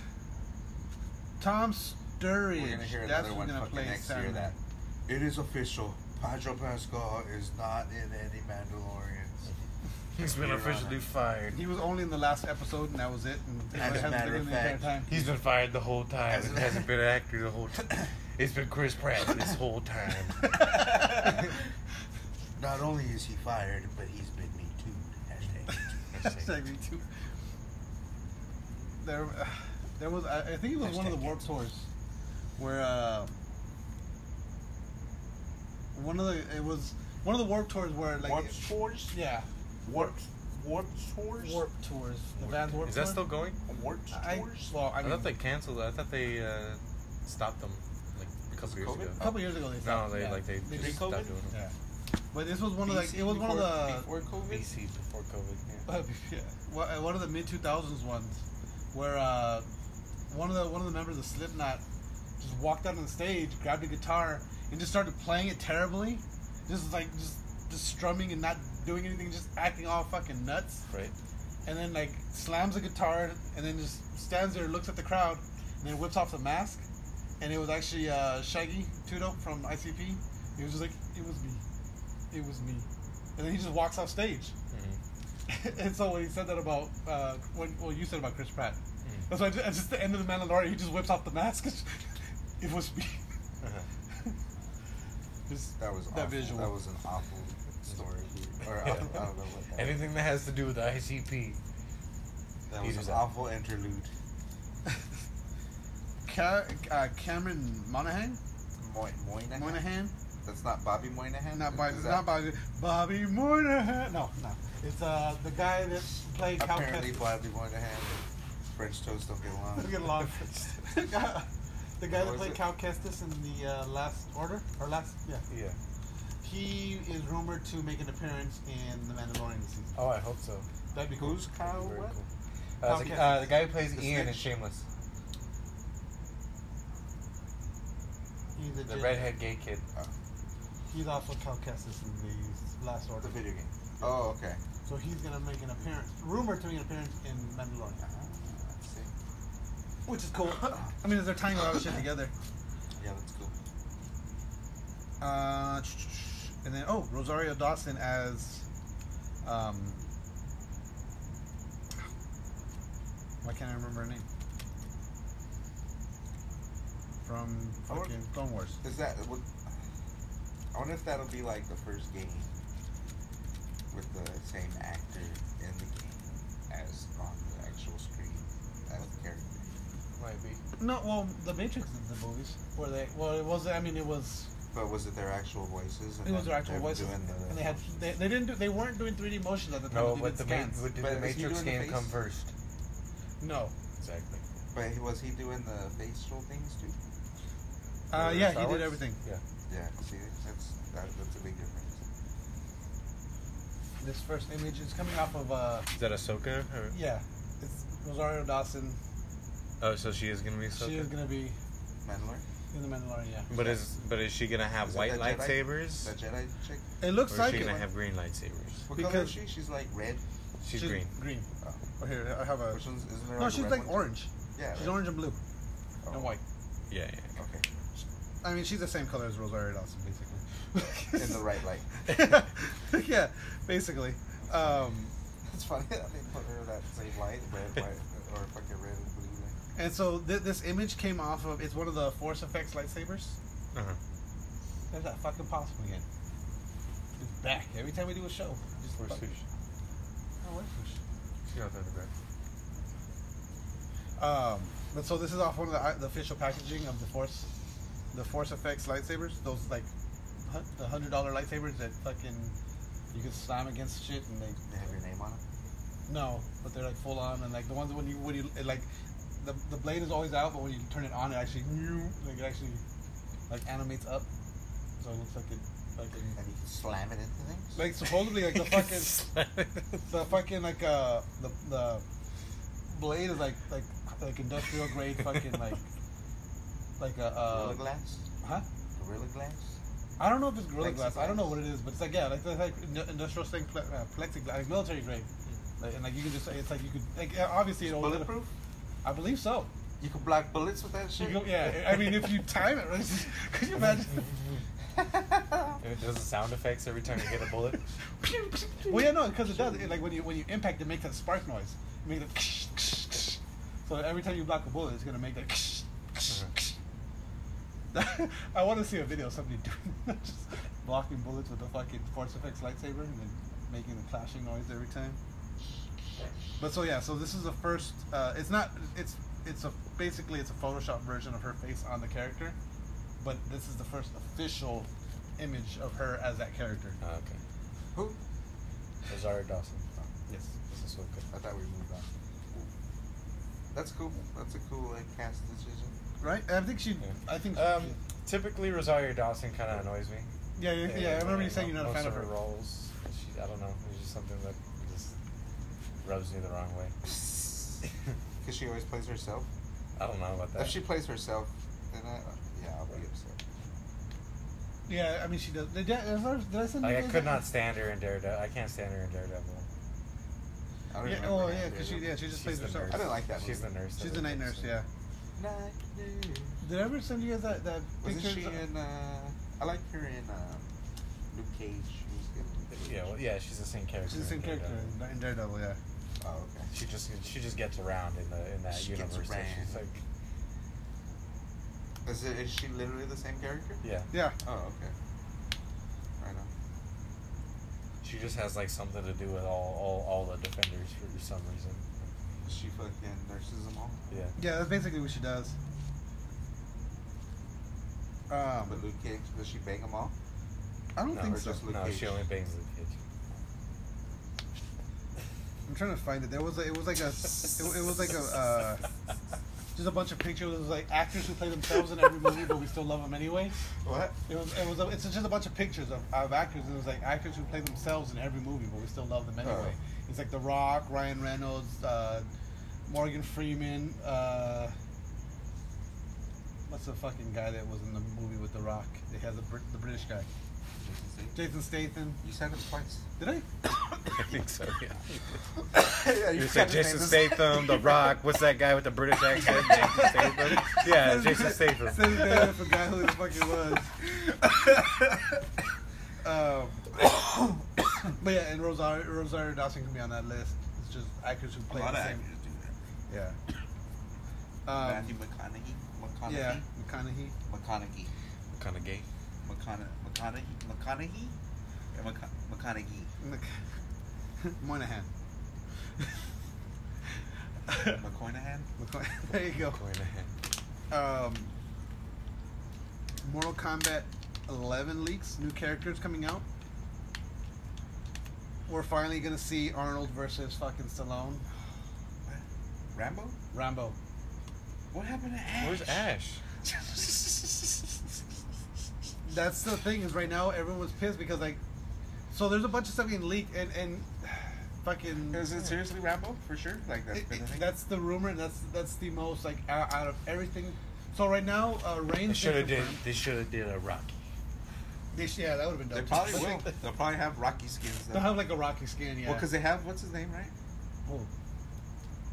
Tom Sturridge. We're gonna hear that's another who's one gonna fucking play next year. Saturday. That it is official. Pedro Pascal is not in any Mandalorians. He's been You're officially on. fired. He was only in the last episode, and that was it. And As a it hasn't matter been of in the entire fact, time. He's been fired the whole time. As- It hasn't been an actor the whole time. It's been Chris Pratt this whole time. (laughs) (laughs) Not only is he fired, but he's been me too. Hashtag. (laughs) Hashtag me too. There, there was. I, I think it was one of the warp tours where uh, one of the it was one of the warp tours where like warp it- tours? yeah Warp warp tours? warp tours the Vans warp Is that tour? still going? warp I, tours? well I I mean thought they canceled. I thought they uh, stopped them like a couple years COVID? ago. a couple years ago they No, stopped, they yeah. like they, They just just- stopped Pre-COVID? doing them. yeah but this was one of like BC it was one of before- the before Oh, COVID. BC before COVID. Yeah. Uh, yeah. (laughs) Well, uh, one of the mid two thousands ones, where uh, one of the one of the members of Slipknot just walked out on stage, grabbed a guitar, and just started playing it terribly, just like just just strumming and not doing anything, just acting all fucking nuts, Right. and then like slams the guitar, and then just stands there, looks at the crowd, and then whips off the mask, and it was actually uh, Shaggy Tudo from ICP. He was just like, it was me, it was me, and then he just walks off stage. Mm-hmm. (laughs) and so when he said that about uh, when well you said about Chris Pratt, Mm-hmm. that's why at just the end of the Mandalorian he just whips off the mask. (laughs) it was me. (laughs) Just Uh-huh. That that was awful. visual. That was an awful story. Or I, I don't know what that Anything that has to do with ICP. That He was was an out. awful interlude. Ca- uh, Cameron Monahan, Moy- Moynihan? Moynihan, That's not Bobby Moynihan? not Is Bobby, that- not Bobby, Bobby Moynihan. No, no, It's uh the guy that played Cal Apparently, Kestis. Bradley Moynihan and French Toast don't get along. Let's (laughs) get along. (laughs) the guy that What was played it? Cal Kestis in the uh, Last Order or Last yeah, Yeah. he is rumored to make an appearance in the Mandalorian this season. Oh, I hope so. That'd be cool. Who's Kyle? Very What? cool. Uh, Tom the, Kenny. uh, the guy who plays The Ian in snitch. Shameless, He's a the Jedi. redhead gay kid. He's also Cal Kestis in the Last The Order. video game. Oh, okay. So he's gonna make an appearance, rumored to make an appearance in Mandalorian, Let's Ah, see. which is (laughs) cool. Uh, I mean, they're tying a lot of shit together. Yeah, that's cool. Uh, and then oh, Rosario Dawson as um, why can't I remember her name? From I would- fucking Clone Wars. Is that? What, I wonder if that'll be like the first game with the same actor in the game as on the actual screen as the character. Might be. No, well, The Matrix is the movies where they well, it was I mean, it was But was it their actual voices? it was then their actual them voices, doing the- and they had they, they didn't do they weren't doing 3D motions at the time. No, they but did the, ma- scans. but did But the is he Matrix doing the game come face? first? no. Uh, Exactly. But he- was he doing the facial things too? Uh, Or yeah, Star he did Wars? everything. Yeah. Yeah. See, that's that, that's a big difference. This first image is coming off of uh, Is that Ahsoka? Or, yeah, it's Rosario Dawson. Oh, so she is gonna be Ahsoka. She is gonna be Mandalorian. in the Mandalorian. Yeah. but is but is she gonna have Is it white the Jedi? lightsabers? The Jedi chick. It Or looks is like she it. gonna have green lightsabers? What color Because- is she? She's like red. She's, green. Green. Oh. Oh, here I have Uh, a. Which one's isn't there? No, a she's red like one? orange. Yeah. She's right. orange and blue Oh, and white. Yeah, Okay. I mean, she's the same color as Rosario Dawson, basically. (laughs) In the right light. (laughs) yeah, basically. Um, It's funny (laughs) that they put her that same light, red, white, or fucking red and blue. Light. and so th- this image came off of it's one of the Force Effects lightsabers. yeah. Uh-huh. There's that fucking possum again. It's back every time we do a show. Just Where's fucking- Sush? Oh, where's Sush? She's not in the back. Um, but so this is off one of the, the official packaging of the Force, the Force Effects lightsabers. Those like hun- the hundred dollar lightsabers that fucking you can slam against shit and they They have your name on it. no, but they're like full on and like the ones when you when you it, like the the blade is always out, but when you turn it on, it actually like it actually like animates up, so it looks like it fucking And you can slam it into things. like supposedly like the fucking (laughs) the fucking like uh the the blade is like like like industrial grade fucking like like a Gorilla uh glass. huh Gorilla glass. I don't know if it's gorilla Plexiglass? glass I don't know what it is but it's like yeah like that's like indu- industrial thing ple- uh, plexiglass like military grade like, and like you can just it's like you could like uh, obviously it all Bulletproof. I believe so You can block bullets with that you shit. go, yeah I mean if you time it right (laughs) could you imagine And it does the sound effects every time you hit (laughs) a bullet. well yeah no because it does it, like when you when you impact it makes that spark noise it makes it so every time you block a (laughs) bullet it's gonna make that (laughs) I want to see a video of somebody (laughs) doing that, just blocking bullets with a fucking Force Effects lightsaber and then making the clashing noise every time. But so yeah, so this is the first. Uh, it's not. It's it's a basically it's a Photoshop version of her face on the character, but this is the first official image of her as that character. Oh, okay. (laughs) Who? Rosario Dawson. Oh, Yes. This is Ahsoka. I thought we moved on. That's cool. That's a cool like cast decision. (laughs) Right. And I think she. I think. Um, typically Rosario Dawson kind of annoys me. yeah, yeah, yeah. I remember you saying you're not a most fan of her. roles. She, I don't know. It's just something that just rubs me the wrong way. Because she always plays herself. I don't know about Uh, that. If she plays herself, then I, yeah, I'll be upset. Yeah, I mean she does. Did I, did I send you like, I guys could that? not stand her in Daredevil. I can't stand her in Daredevil. I don't Yeah, remember oh that yeah, because she very yeah she just plays the herself. nurse. I didn't like that She's movie. the nurse. She's of the night it, nurse, so- yeah. well. Night Nurse. Did I ever send you guys that, that Wasn't picture? she in? Uh, I like her in um, Luke Cage. She was good. in Luke Yeah, well, yeah, she's the same character. She's the same in character Daredevil. in- in Daredevil, yeah. Cage. Oh okay. She just she just gets around in the in that She gets universe. that She's like, around. Is it? Is she literally the same character? yeah, Yeah, Oh okay. Right on. she just has like something to do with all all, all the defenders for some reason. She fucking nurses them all. Yeah. yeah, that's basically what she does. Um, But Luke Cage, does she bang them all? I don't No, think or so. just Luke no, Cage. she only bangs Luke Cage. I'm trying to find it. There was a, it was like a it, it was like a uh, (laughs) (laughs) just a bunch of pictures. It was like actors who play themselves in every movie, but we still love them anyway. What? It was it was a, it's just a bunch of pictures of, of actors. It was like actors who play themselves in every movie, but we still love them anyway. Oh. It's like The Rock, Ryan Reynolds, uh, Morgan Freeman. Uh, what's the fucking guy that was in the movie with The Rock? It has a Brit- the British guy, Jason Statham. You said it twice. Did I? I think so. Yeah. yeah, You said said his Jason name. Statham, The Rock. What's that guy with the British (laughs) accent? Jason Statham. Yeah, Jason Statham. Statham. I forgot who the fuck it was. (laughs) um, (coughs) but yeah, and Rosario, Rosario Dawson can be on that list. It's just actors who A play lot the of same. actors do that. (coughs) Yeah. Um, Matthew McConaughey. McConaughey. yeah, McConaughey. McConaughey. Kind of gay. McCona- McConaughey. McConaughey. Or McCon- McConaughey. Mc- (laughs) Moynihan. McCoynahan. McCoy- (laughs) there you go. Moynihan. Um, Mortal Kombat 11 leaks, new characters coming out. We're finally gonna see Arnold versus fucking Stallone. Rambo. Rambo. What happened to Ash? Where's Ash? That's the thing is right now everyone's pissed because like, so there's a bunch of stuff getting leaked and and (sighs) fucking. (laughs) Is it seriously Rambo for sure? Like that's It- been it- a thing. that's the rumor. and That's that's the most like out, out of everything. So right now, uh, Reigns. They been should have did. confirmed. They should have did a Rocky. They sh- yeah, that would have been dope. they probably But will. They'll probably have Rocky skins. Though. They'll have like a Rocky skin. Yeah. Oh, Well, because they have what's his name, right? Who?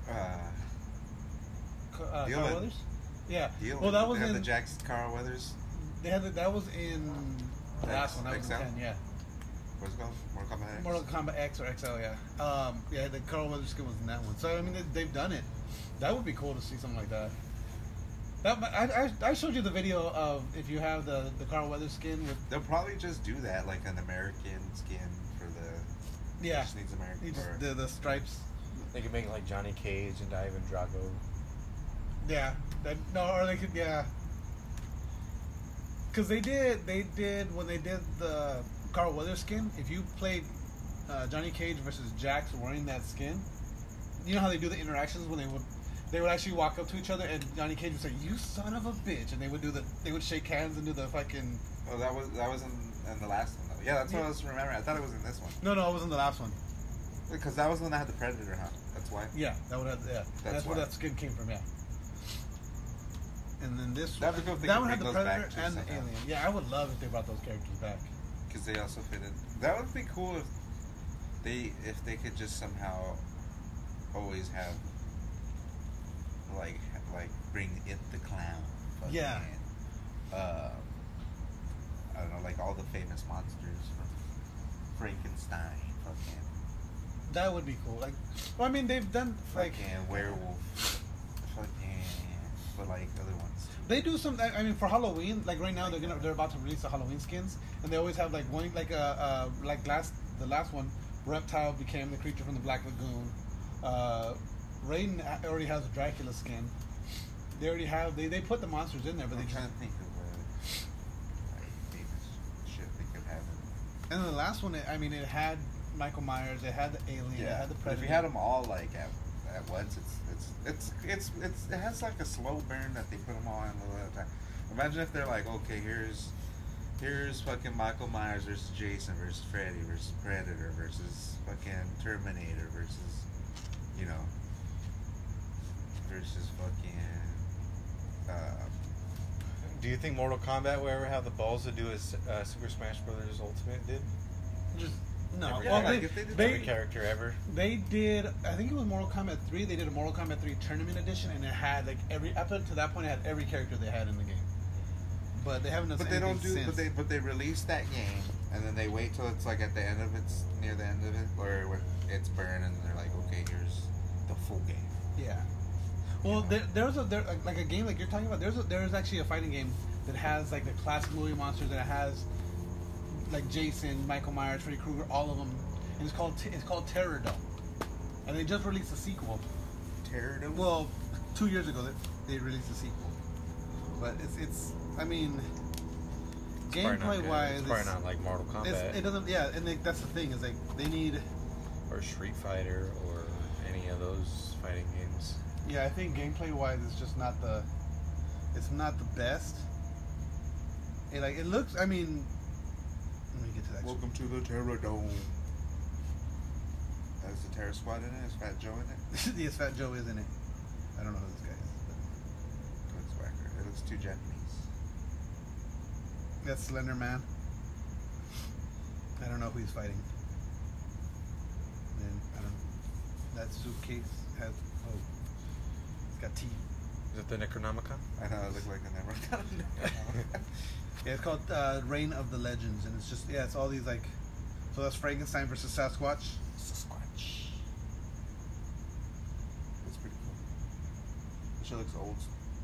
Uh, Co- uh, The Carl other- Weathers? Yeah. Deal. Well, that they was have in. the Jack's Carl Weathers. they had the, that was in the last one. That was in XL? ten. Yeah. What's it called? Mortal Kombat. X? Mortal Kombat X or XL. Yeah. Um. Yeah. The Carl Weathers skin was in that one. So I mean, they, they've done it. That would be cool to see something like that. That mi- I, I, I showed you the video of if you have the the Carl Weathers skin with They'll probably just do that, like an American skin for the. yeah. Just needs American. He or- just the the stripes. They could make like Johnny Cage and Ivan Drago. Yeah. That, no, or they could, yeah. Because they did, they did, when they did the Carl Weathers skin, if you played uh, Johnny Cage versus Jax wearing that skin, you know how they do the interactions when they would. They would actually walk up to each other, and Johnny Cage would say, "You son of a bitch," and they would do the, they would shake hands and do the fucking. Oh, that was that was in, in the last one though. Yeah, that's what I was remembering. I thought it was in this one No, no, it wasn't the last one. because that was the one that had the Predator, huh? That's why. Yeah, that would have, yeah, that's, where why. that skin came from, yeah. And then this That'd be cool if they that could one had the bring those predator back too and the somehow. alien. Yeah, I would love if they brought those characters back. Because they also fit in. That would be cool if they if they could just somehow always have like like bring it the clown. fucking Yeah. in. Um, I don't know, like all the famous monsters from Frankenstein, fucking, That would be cool. Like, well, I mean, they've done like fucking werewolf, fucking, but like other ones. too. they do some. I I mean, for Halloween, like right now they're gonna they're about to release the Halloween skins, and they always have like one like uh, uh like last the last one, reptile became the creature from the Black Lagoon. Uh, Raiden a- already has a Dracula skin. They already have they, they put the monsters in there, but I'm they just trying to think of uh, like famous shit they could have. In. and then the last one. It, I mean, it had Michael Myers, it had the alien, it had the but predator. if you had them all like at, at once, it's it's it's it's it's it has like a slow burn that they put them all in a little at a time. Imagine if they're like, okay, here's here's fucking Michael Myers versus Jason versus Freddy versus Predator versus fucking Terminator versus you know versus fucking uh, Do you think Mortal Kombat will ever have the balls to do as uh, Super Smash Brothers Ultimate did? Just- no, Every well, guy. they, If they did they, Every character ever. They did. I think it was Mortal Kombat three. They did a Mortal Kombat three tournament edition, and it had like every up until that point, it had every character they had in the game. But they haven't. done But they don't do. anything But since. they but they release that game, and then they wait till it's like at the end of its near the end of it, or when it's burned, and they're like, okay, here's the full game. Yeah. Well, there, there's a there like a game like you're talking about. There's a, there's actually a fighting game that has like the classic movie monsters that has like Jason, Michael Myers, Freddy Krueger, all of them. And it's called it's called Terror Dome, and they just released a sequel. Terror Dome? Well, two years ago they, they released a sequel, but it's it's I mean Probably not gameplay good. wise it's probably not like Mortal it's, Kombat it doesn't yeah and they, that's the thing is like they need or Street Fighter or any of those fighting games. Yeah, I think gameplay wise, it's just not the, it's not the best. It like it looks. I mean, let me get to that. Welcome to the Terror Dome. That's the Terror Squad in it. Is Fat Joe in it? (laughs) yes, Fat Joe is in it. I don't know who this guy is. Looks whacker. It looks too Japanese. But that's Slender Man. I don't know who he's fighting. Then I don't. That suitcase has oh, it's got teeth. Is it the Necronomicon? I know. It looked like I never got (laughs) it. Yeah, it's called uh, Reign of the Legends, and it's just yeah, it's all these like. So that's Frankenstein versus Sasquatch. Sasquatch. That's pretty cool. This shit looks old.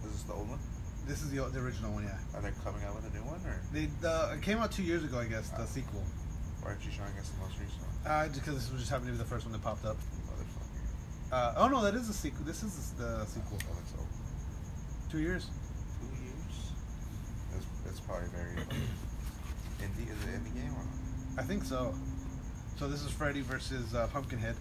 Is this the old one? This is the, the original one, yeah. Are they coming out with a new one, or, They the, it came out two years ago, I guess. The Oh. sequel. or aren't you showing us the most recent one? Uh, because this was just happened to be the first one that popped up. You motherfucker. Uh, oh no, that is the sequel. This is the sequel. That looks old. Two years. Two years? That's, that's probably very old. indie. Is it indie game or not? I think so. So this is Freddy versus uh, Pumpkinhead,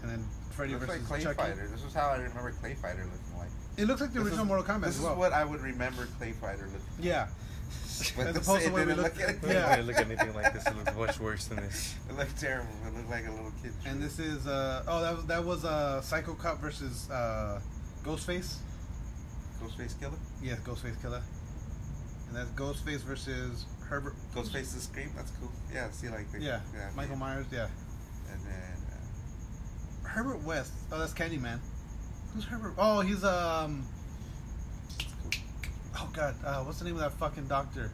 and then Freddy looks versus like Clay Chucky. Fighter. This is how I remember Clay Fighter looking like. It looks like the This original is- Mortal Kombat This as well. is what I would remember Clay Fighter looking like. yeah, But As this- opposed to it what we didn't looked- look anything yeah. like- I look anything like this. It (laughs) looks much worse than this. It looked terrible. It looked like a little kid. and this is uh, oh that was that was uh, Psycho Cop versus uh, Ghostface. Ghostface Killer? Yes, Ghostface Killer. And that's Ghostface versus Herbert. Ghostface the Scream? That's cool. Yeah, see, like, the, Yeah, Michael Myers. Yeah, And then, uh, Herbert West. Oh, that's Candyman. Who's Herbert? Oh, he's um. it's cool. Oh God, uh, what's the name of that fucking doctor?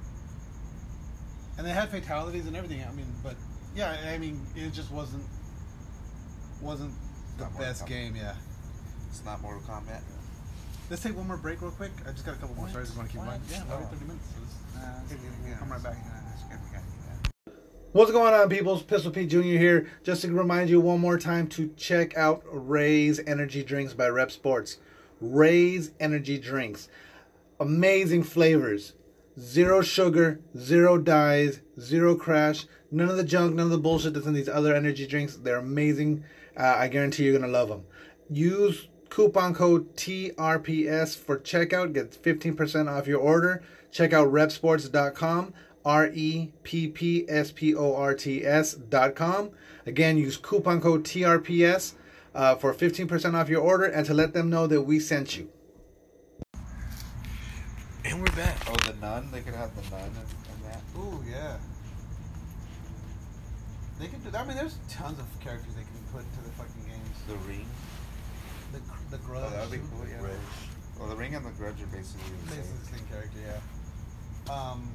And they had fatalities and everything. I mean, but yeah, I- I mean, it just wasn't wasn't the Not Mortal best Kombat. game. Yeah. It's not Mortal Kombat. Let's take one more break real quick. I just got a couple more stories. I want to keep running. Yeah, already thirty minutes. so let's- Come right back. What's going on, peoples? Pistol Pete Jr. here. Just to remind you one more time to check out Ray's Energy Drinks by Rep Sports. Ray's Energy Drinks. Amazing flavors. Zero sugar, zero dyes, zero crash, none of the junk, none of the bullshit that's in these other energy drinks. They're amazing. Uh, I guarantee you're going to love them. Use coupon code TRPS for checkout. Get 15% off your order. Check out repsports.com. R E P P S P O R T S dot com. Again, use coupon code TRPS uh, for 15% off your order and to let them know that we sent you. (laughs) And we're back. Oh, the nun? They could have the nun and, and that. Ooh, yeah. They can do. I mean, there's tons of characters they can put to the fucking games. The ring? The the grudge. Oh, that would be cool, yeah. Grudge. Well, the ring and the grudge are basically the same. Basically the same character, yeah. Um.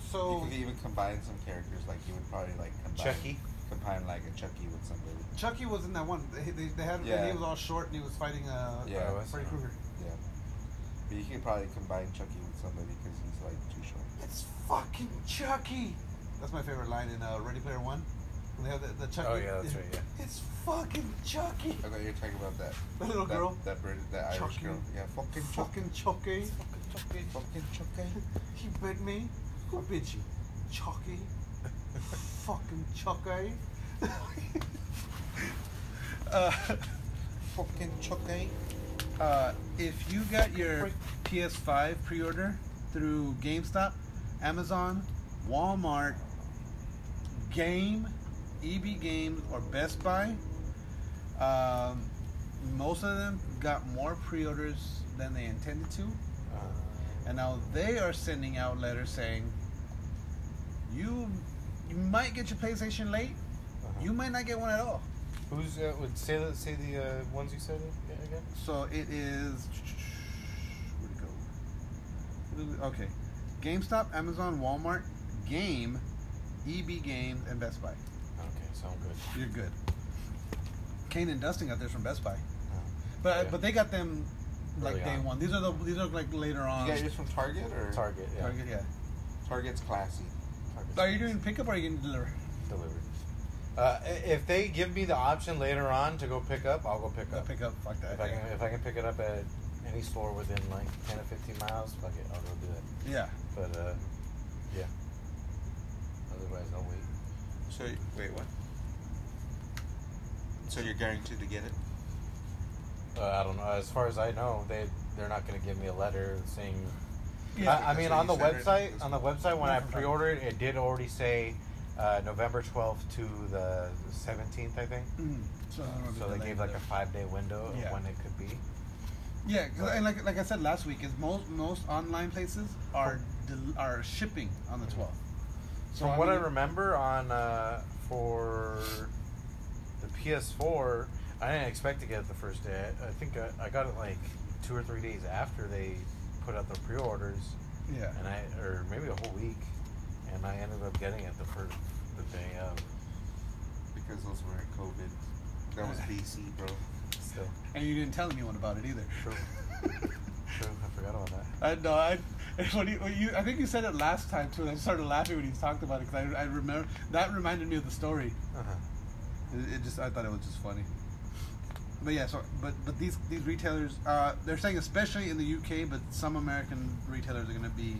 You So could even combine some characters, like, you would probably, like, combine, Chucky? Combine, like, a Chucky with somebody. Chucky was in that one. They, they, they had Yeah. he was all short and he was fighting uh Yeah, uh, that's Freddy right. Krueger. Yeah. But you could probably combine Chucky with somebody because he's, like, too short. It's fucking Chucky. That's my favorite line in uh, Ready Player One. When they have the, the Chucky. Oh yeah, that's right. Yeah. It's fucking Chucky. I thought you were talking about that. The (laughs) little that, girl. That, Brit- that Irish Chucky. girl. Yeah, fucking Chucky. Fucking Chucky. Fucking Chucky. He bit me. Who bit you? Chucky. Fucking Chucky. (laughs) uh, Fucking (laughs) Chucky. uh, if you got your PS5 pre-order through GameStop, Amazon, Walmart, Game, EB Games, or Best Buy, um, most of them got more pre-orders than they intended to. And now they are sending out letters saying, you you might get your PlayStation late. You might not get one at all. Who's uh, would say the say the uh, ones you said a- again? So it is. Where'd it go? Okay. GameStop, Amazon, Walmart, Game, EB Games, and Best Buy. Okay, sound good. You're good. Kane and Dustin got theirs from Best Oh. Buy, Uh, but Yeah. but they got them like Early day on. one. These are the these are like later on. You got yours from Target or Target. Yeah. Target, yeah. Target's classy. Target's Are you doing pickup or are you going to deliver? delivered? Uh, i- if they give me the option later on to go pick up, I'll go pick No up. pickup. Fuck that. If I can, if I can pick it up at any store within like ten or fifteen miles, fuck it, I'll go do it. Yeah. But uh, yeah. Otherwise, I'll wait. So wait, what? So you're guaranteed to get it? Uh, I don't know. As far as I know, they they're not going to give me a letter saying. Yeah. I, I mean, So on you the said it- website, on the website when I Nothing. pre-ordered, it did already say uh, November twelfth to the seventeenth, I think. Mm. So, I don't know if So it's they delayed gave like there. a five-day window of Yeah. when it could be. Yeah, 'cause I- like like I said last week, is most most online places are del- are shipping on the twelfth. From what I remember on uh, for the PS4, I didn't expect to get it the first day. I, I think I, I got it like two or three days after they put out the pre-orders, yeah, and I or maybe a whole week, and I ended up getting it the first the day of. Because those were in COVID. (laughs) That was BC, bro. Still and you didn't tell anyone about it either. True. true, I forgot all that. (laughs) I know. I (laughs) when you, when you, I think you said it last time too, and I started laughing when you talked about it because I, I remember that reminded me of the story. Uh-huh. It, it just I thought it was just funny. But yeah, so but but these these retailers uh, they're saying especially in the UK, but some American retailers are going to be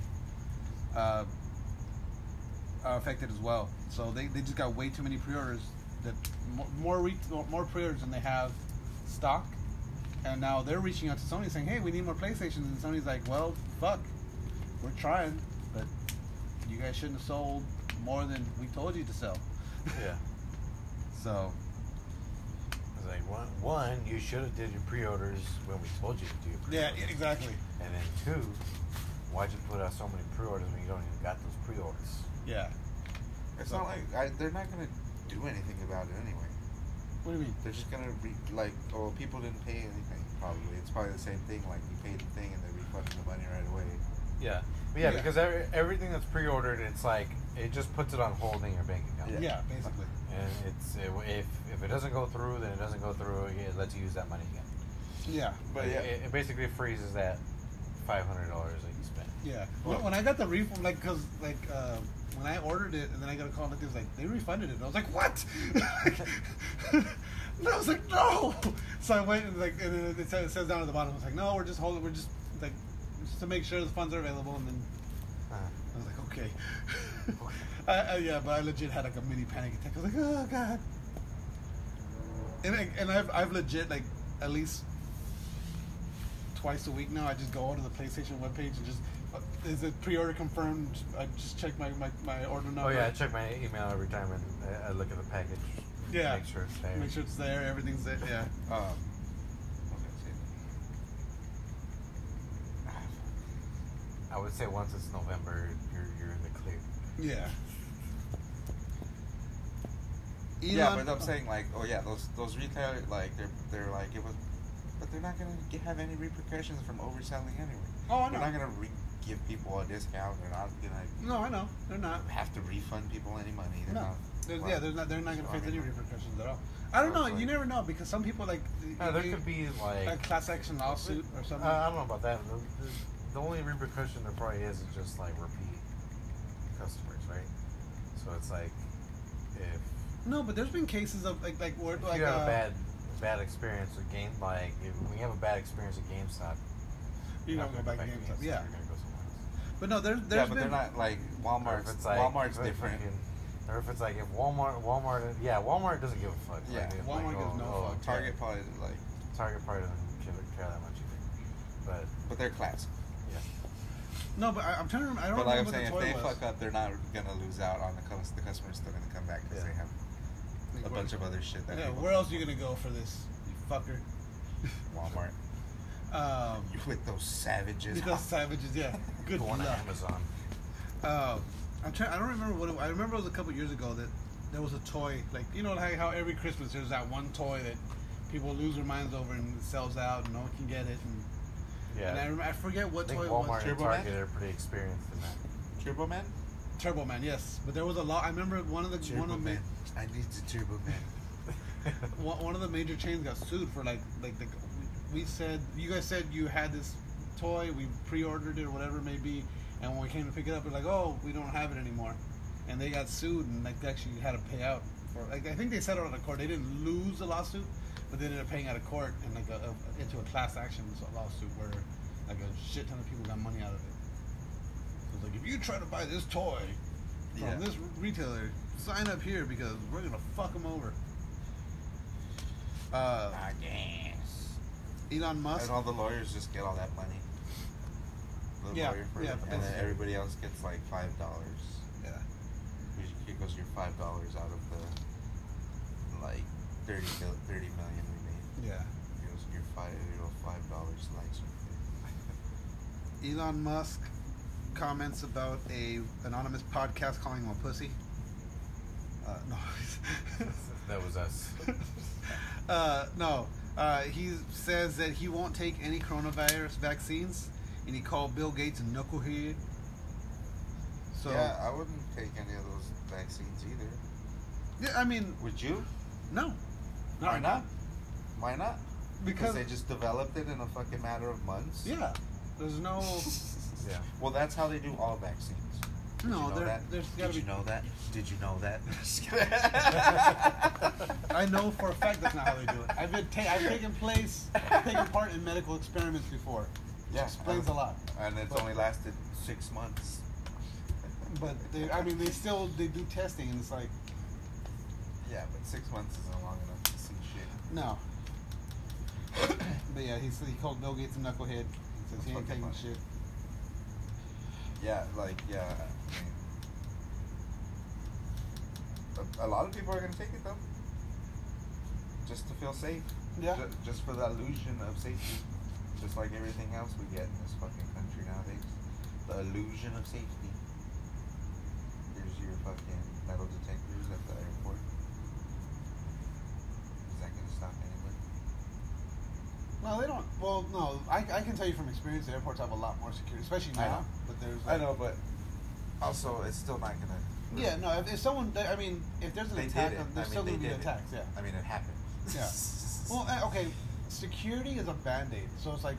uh, are affected as well. So they, they just got way too many pre-orders that more more, re- more pre-orders than they have stock, and now they're reaching out to Sony saying, hey, we need more PlayStations, and Sony's like, well, fuck, we're trying, but you guys shouldn't have sold more than we told you to sell. Yeah. So I was like, one, one, you should have did your pre-orders when we told you to do your yeah, pre-orders. yeah, exactly. And then two, why'd you put out so many pre-orders when you don't even got those pre-orders? Yeah. It's not like I, they're not gonna do anything about it anyway. What do you mean? They're just gonna re, like, oh, people didn't pay anything. Probably it's probably the same thing. Like you paid the thing and they refunded the money right away. Yeah. But yeah, Yeah. because every, everything that's pre-ordered, it's like it just puts it on hold in your bank account. Yeah, basically. And it's it, if if it doesn't go through, then it doesn't go through. It lets you use that money again. Yeah, But It- yeah, It, it basically freezes that five hundred dollars that you spent. yeah. When, when I got the refund, like, cause like uh, when I ordered it and then I got a call and it was like they refunded it. And I was like, what? (laughs) and I was like, no. So I went and like and then it says, it says down at the bottom. It's like, no, we're just holding. We're just like just to make sure the funds are available. And then Uh, I was like, okay. (laughs) I, I, yeah, but I legit had like a mini panic attack. I was like, oh god. And I, and I've I've legit like at least twice a week now. I just go onto the PlayStation webpage and just uh, is it pre-order confirmed? I just check my my, my order number. oh yeah, I check my email every time and I, I look at the package. Yeah. Make sure it's there. Make sure it's there. Everything's there. Yeah. um, what was I saying? I would say once it's November, you're you're in the clear. Yeah. yeah, Elon- but I'm saying like, oh yeah, those those retailer like they're they're like it was, but they're not gonna get, have any repercussions from overselling anyway. Oh, I They're know. not gonna re- give people a discount. They're not gonna No, I know. They're not. have to refund people any money. They're No. not. They're, Well, yeah, they're not. They're not going to well, face any you know. repercussions at all. I don't know. Sounds You like- never know because some people like. Uh, there they- could be like a class action lawsuit or something. Uh, I don't know about that. The, the, the only repercussion there probably is is just like repeat customers, right? So it's like if no, but there's been cases of like like where like you have uh, a bad bad experience with game, like if we have a bad experience at GameStop, you don't we're not go gonna back to GameStop. Yeah, You're gonna go somewhere else. but no, there, Yeah, there's but been they're not like Or if Walmart's. it's like Walmart's if it's different. fucking- Or if it's like if Walmart, Walmart, yeah, Walmart doesn't give a fuck. Yeah, like, if, Walmart like, oh, gives no fuck. Target probably like, Target probably doesn't give a care that much either. But but they're classic. yeah, no. But I, I'm trying to remember. I don't But like I'm remember saying, if what the they toy was. fuck up, they're not gonna lose out on the cus- the customers still gonna come back because Yeah. they have Like, a where- bunch of other shit that. yeah, people where else are can- you gonna go for this, you fucker? Walmart. (laughs) Um, You with those savages. because savages, (laughs) yeah. Good going to luck. Amazon. Um, I'm trying. I don't remember what. It, I remember it was a couple years ago that there was a toy like you know like how every Christmas there's that one toy that people lose their minds over and it sells out and no one can get it. And, Yeah, and I, remember, I forget what I think toy it was. Walmart and Turbo Man? Target are pretty experienced in that. Ah, Turbo Man. Turbo Man, yes. But there was a lot. I remember one of the one of the ma- I need the Turbo Man. (laughs) one one of the major chains got sued for like like the, we said you guys said you had this toy we pre-ordered it or whatever it may be and when we came to pick it up we're like oh we don't have it anymore and they got sued and like they actually had to pay out for like I think they settled out of court they didn't lose the lawsuit but they ended up paying out of court and like a, a, into a class action lawsuit where like a shit ton of people got money out of it. So it's like if you try to buy this toy from Yeah. this retailer, sign up here because we're gonna fuck them over. uh, I guess. Elon Musk. And all the lawyers just get all that money. The Yeah, lawyer firm, yeah, but and that's- then everybody else gets like five dollars. Yeah. It goes your five dollars out of the like 30, mil- 30 million we made. Yeah. It was your five, you know, five dollars license. Elon Musk comments about a anonymous podcast calling him a pussy. Uh, no. That was us. (laughs) uh, no. Uh, he says that he won't take any coronavirus vaccines, and he called Bill Gates a knucklehead. So, yeah, yeah, I wouldn't take any of those vaccines either. I mean, Would you? no, Why not? Why not? because they just developed it in a fucking matter of months. yeah, there's no, Yeah. Well, that's how they do all vaccines. (laughs) Did you no, know there, that? there's got to Did be. you know that? Did you know (laughs) that? Just kidding. I know for a fact that's not how they do it. I've been, ta- I've taken place, taken part in medical experiments before. (laughs) Yeah, explains I- a lot. And it's But- only lasted six months. But they, I mean, they still they do testing, and it's like Yeah, but six months isn't long enough to see shit. no. but yeah, he said he called Bill Gates a knucklehead. He says he ain't taking shit. Yeah, like yeah. I mean, a, a lot of people are gonna take it though, just to feel safe. Yeah. Ju- just for the illusion of safety, just like everything else we get in this fucking country nowadays, the illusion of safety. Here's your fucking metal detectors at the airport. Is that gonna stop anybody? No, they don't. Well, no, I, I can tell you from experience, the airports have a lot more security, especially I now. know. But there's I know, but also it's still not gonna. Yeah, no. If, if someone, I mean, if there's an They attack, did it. on, I there's mean, still they gonna be did it. attacks. Yeah. I mean, it happened. (laughs) Yeah. Well, uh, okay. Security is a band aid, so it's like,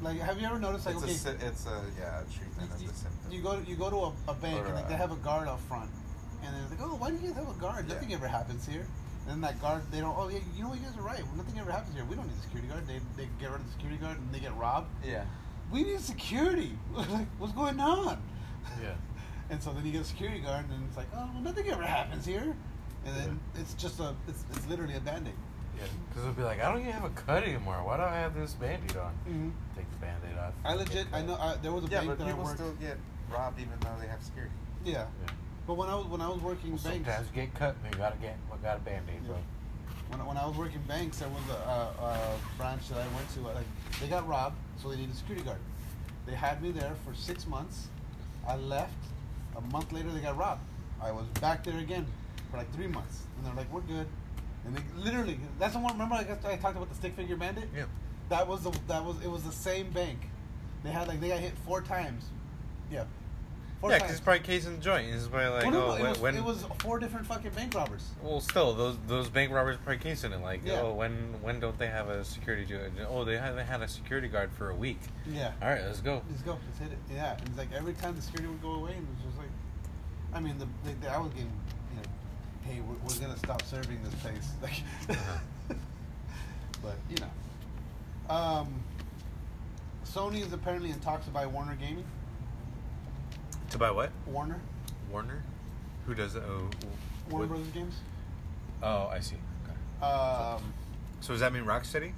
like, have you ever noticed like it's okay, a sy- it's a yeah a you, treatment of you- the symptom. you go to, you go to a, a bank Or, and like, they uh, have a guard up front, and they're like, oh, why do you guys have a guard? Yeah. Nothing ever happens here. And then that guard, they don't. Oh, yeah, you know what? You guys are right. Nothing ever happens here. We don't need a security guard. They, they get rid of the security guard and they get robbed. yeah. We need security. (laughs) like, what's going on? (laughs) Yeah. And so then you get a security guard, and it's like, oh, well, nothing ever happens here. And then it's just a, it's, it's literally a band-aid. Yeah. Because it'll be like, I don't even have a cut anymore. Why do I have this band-aid on? Take the band-aid off. Mm-hmm. I legit, I know, I, there was a Yeah, bank but that I people worked. still get robbed even though they have security. Yeah, Yeah. but when I was when I was working Well, banks, sometimes you get cut, but you gotta get, well, got a band-aid, bro. when, when I was working banks, there was a, a, a branch that I went to. Like they got robbed, so they needed a security guard. They had me there for six months. I left. A month later, they got robbed. I was back there again for like three months, and they're like, "We're good." And they literally, that's the one. Remember, I, guess I talked about the stick figure bandit. Yeah. That was the that was it was the same bank. They had like they got hit four times. Yeah. Four Yeah, 'cause times. it's probably case in the joint. It's probably like, Well, no, oh, no, it when, was, when it was four different fucking bank robbers. well, still those those bank robbers are probably case in it. Like, Yeah. oh, when when don't they have a security? ju- Oh, they haven't had a security guard for a week. Yeah. All right, let's go. Let's go. Let's hit it. Yeah. And it's like every time the security would go away, and it was just like, I mean, the, the, the I was getting, you know, hey, we're, we're gonna stop serving this place. (laughs) Like, but you know, um, Sony is apparently in talks to buy Warner Gaming. To buy what? Warner, Warner. Who does that? Oh, Warner what- Brothers Games. oh, I see. Okay. Um, So does that mean Rocksteady?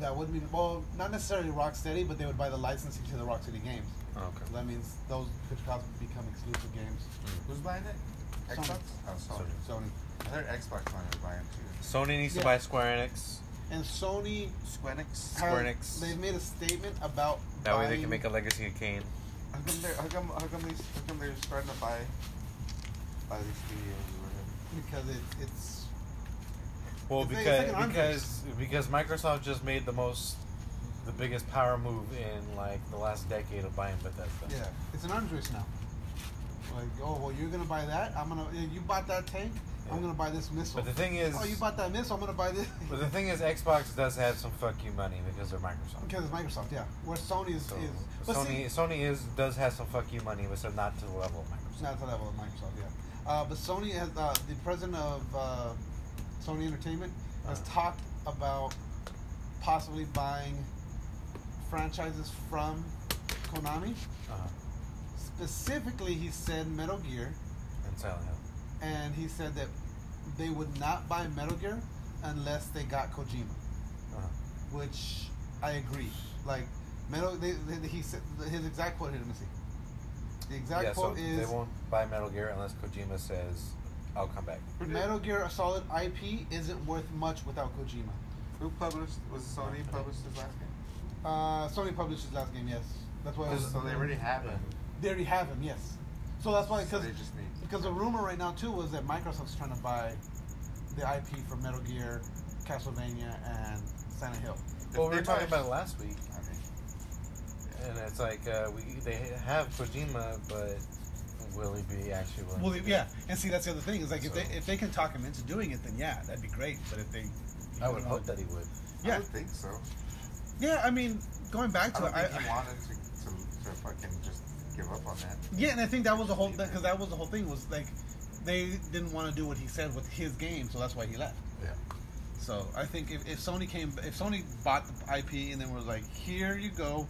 that would mean well, not necessarily Rocksteady, but they would buy the licensing to the Rocksteady games. Oh, okay. So that means those could possibly become exclusive games. Who's buying it? Sony. Xbox. Oh, Sony. Sony I heard Xbox wanted to buy them too. Sony needs Yeah. to buy Square Enix. and Sony Squenix. Square have- Enix. Um, They've made a statement about That way they can buying- make a legacy of Kane. How come they're how come how come they how come they're starting to buy buy these studios or whatever? because it, it's Well, It's like- it's because like an arms because because Microsoft just made the most, the biggest power move in like the last decade of buying Bethesda. yeah, it's an arms race now. Like, oh well, you're gonna buy that. I'm gonna you bought that tank. I'm Yeah. gonna buy this missile. But the thing is, oh, you bought that missile. I'm gonna buy this but the thing is, Xbox does have some fuck you money because they're Microsoft. (laughs) because it's Microsoft. Yeah, where Sony is, So is but Sony see- Sony is does have some fuck you money, but so not to the level of Microsoft. It's not to the level of Microsoft, yeah. Uh, but Sony has uh, the president of uh, Sony Entertainment Uh-huh. has talked about possibly buying franchises from Konami. Uh-huh. Specifically, he said Metal Gear, And Silent Hill. and he said that they would not buy Metal Gear unless they got Kojima, Uh-huh. which I agree. Like Metal, they, they, he said his exact quote. Here, let me see. The exact yeah, so quote is they won't buy Metal Gear unless Kojima says, "I'll come back." Metal Gear Solid IP isn't worth much without Kojima. Who published? Was it Sony published his last game? Uh, Sony published his last game, yes. That's why. it was- So they already have it. They already have him, yes. So that's why So because they just need. because the rumor right now too was that Microsoft's trying to buy the IP for Metal Gear, Castlevania, and Silent Hill. Well, we They were talking might- about it last week, I mean, and it's like uh, we they have Kojima, but will he be actually willing? Well, to they- do yeah, it? and see that's the other thing is like if So- they if they can talk him into doing it, then yeah, that'd be great. But if they, I would hope that he would. I Yeah. would (laughs) think so. yeah, I mean, going back I to don't it, I, think he wanted to, to, to fucking just give up on that. yeah, and I think that was the whole because that was the whole thing was like they didn't want to do what he said with his game, so that's why he left. Yeah. So I think if, if Sony came, if Sony bought the IP and then was like, here you go,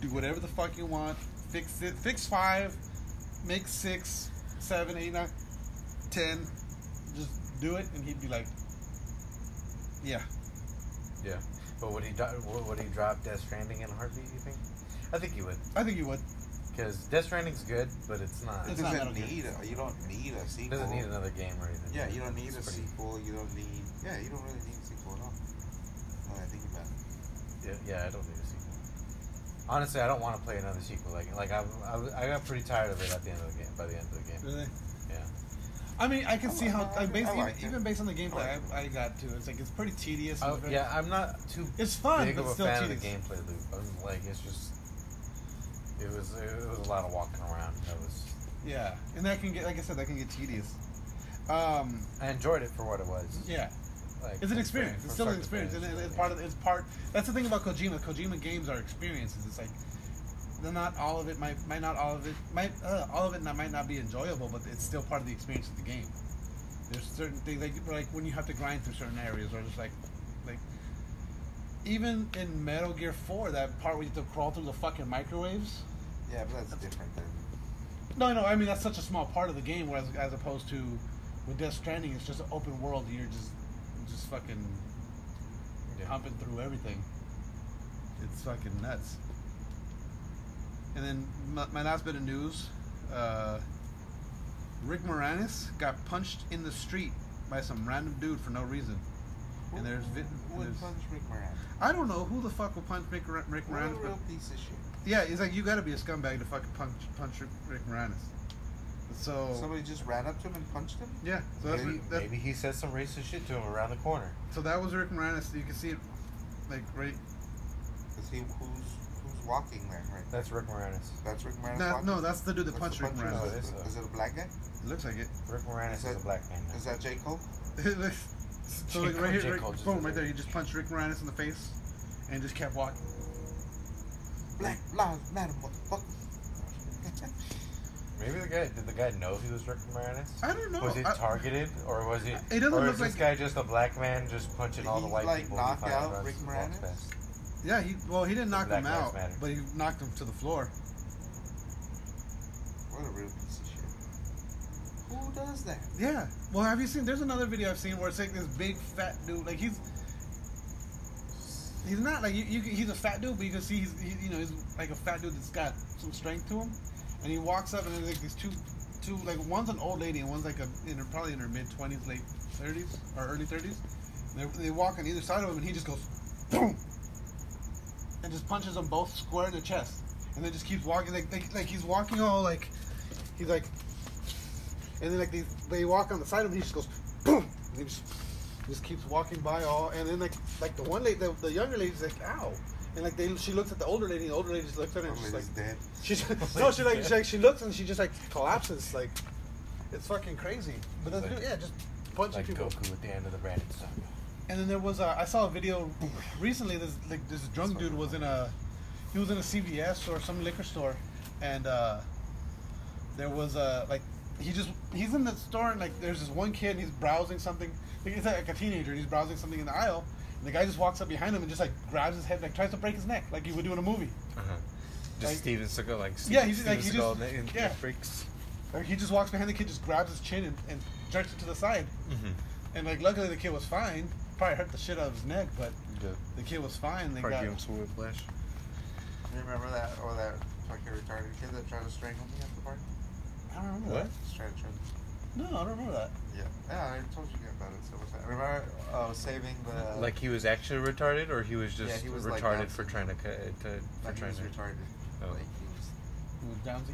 do whatever the fuck you want, fix it, fix five, make six, seven, eight, nine, ten, just do it, and he'd be like, yeah, Yeah, but would he do- would would he drop Death Stranding in a heartbeat? You think? I think he would, I think you would. because Death Stranding's good, but it's not. It It's not Metal doesn't Gear. need a, you don't need a It sequel. doesn't need another game or anything. Yeah, you don't need a It's pretty- sequel. You don't need. Yeah, you don't really need a sequel at all. When I think about it. Yeah, yeah, I don't need a sequel. Honestly, I don't want to play another sequel. Like, like I, I, I got pretty tired of it at the end of the game. By the end of the game, Really? yeah. I mean, I can I see like- how, I I based, like it. even, even based on the gameplay, like I, I got to. It's like it's pretty tedious. and I, it's very- Oh, yeah, I'm not too It's fun, big but of a still fan of the tedious. gameplay loop. I'm like, it's just it was it was a lot of walking around. That was yeah. And that can get, like I said, that can get tedious. Um, I enjoyed it for what it was. yeah. Like, It's an from experience. start- It's from still an start to experience, and finish, it- it's yeah. part of. It's part. That's the thing about Kojima. Kojima games are experiences. It's like, they're not all of it. Might might not all of it. Might uh, all of it not, might not be enjoyable, but it's still part of the experience of the game. There's certain things like like when you have to grind through certain areas, or just like, like. Even in Metal Gear Four, that part where you have to crawl through the fucking microwaves. Yeah, but that's different than. No, no. I mean that's such a small part of the game, whereas as opposed to with Death Stranding, it's just an open world. And you're just just fucking humping through everything. It's fucking nuts. And then my, my last bit of news: uh, Rick Moranis got punched in the street by some random dude for no reason. And there's, vi- Who there's would punch Rick Moranis? I don't know who the fuck will punch Rick, Ra- Rick What a Moranis. but- real piece of shit. yeah, he's like, you gotta be a scumbag to fucking punch punch Rick, Rick Moranis. So Oh. Somebody just ran up to him and punched him. yeah, so that's, Maybe, that, maybe he said some racist shit to him around the corner. so that was Rick Moranis. You can see it, like right. Cause he who's who's walking there right now? That's Rick Moranis. That's Rick Moranis. That, walking? no, that's the dude that That's punched the Rick puncher. Oh, Moranis. it Is, is, uh, is it a black guy? looks like it. Rick Moranis is, Is that- a black man. now. Is that J Cole? It looks- so like J. right Cole here, right, just boom, did right there. it. You just punched Rick Moranis in the face, and just kept walking. Black lives matter, motherfucker. Maybe the guy did the guy know he was Rick Moranis? I don't know. Was it I- targeted or was he? It doesn't or look is like- this guy just a black man just punching Did all the he, white like, people. knock finally out runs- Rick walks Moranis? past? yeah, he well, he didn't knock him Black Lives out, Matter. but he knocked him to the floor. What a real piece of shit. Who does that? Yeah. Well, have you seen? There's another video I've seen where it's like this big fat dude. Like he's he's not like you. you can- he's a fat dude, but you can see he's he, you know he's like a fat dude that's got some strength to him, and he walks up and there's like these two two like one's an old lady and one's like a in her, probably in her mid twenties, late thirties or early thirties. They, they walk on either side of him and he just goes boom and just punches them both square in the chest, and then just keeps walking like like, like he's walking all like he's like and then like they, they walk on the side of him, he just goes boom, and he just just keeps walking by all, and then like like the one lady, the, the younger lady's like ow, and like they she looks at the older lady, and the older lady just looks at her, and she's Somebody's like dead. she's (laughs) no she like she like she looks and she just like collapses like it's fucking crazy. But that's Like- yeah, just punching Like people. Goku at the end of the Brandon saga. And then there was a, I saw a video recently. This like this drunk dude was in a he was in a CVS or some liquor store, and uh, there was a like he just he's in the store and like there's this one kid and he's browsing something. Like, he's like a teenager and he's browsing something in the aisle. And the guy just walks up behind him and just like grabs his head, like tries to break his neck, like you would do in a movie. Just Like- Steven Seagal, like Yeah, he's- like, he Steven Seagal just- in- in- yeah. freaks. Like he just walks behind the kid, just grabs his chin and, and jerks it to the side. And like luckily the kid was fine. Prob- probably hurt the shit out of his neck, but Yeah. the kid was fine. They Probably got give him some whiplash. You remember that or that fucking retarded kid that tried to strangle me at the party? I don't remember that. Just tried to strangle. No, I don't remember that. Yeah, yeah, I told you about it. So what's that? Remember, I was saving the like he was actually retarded, or he was Yeah, just he was like retarded that. for trying to, cut- to for like he trying was to. retarded. Oh. Like he was, It was Downsy.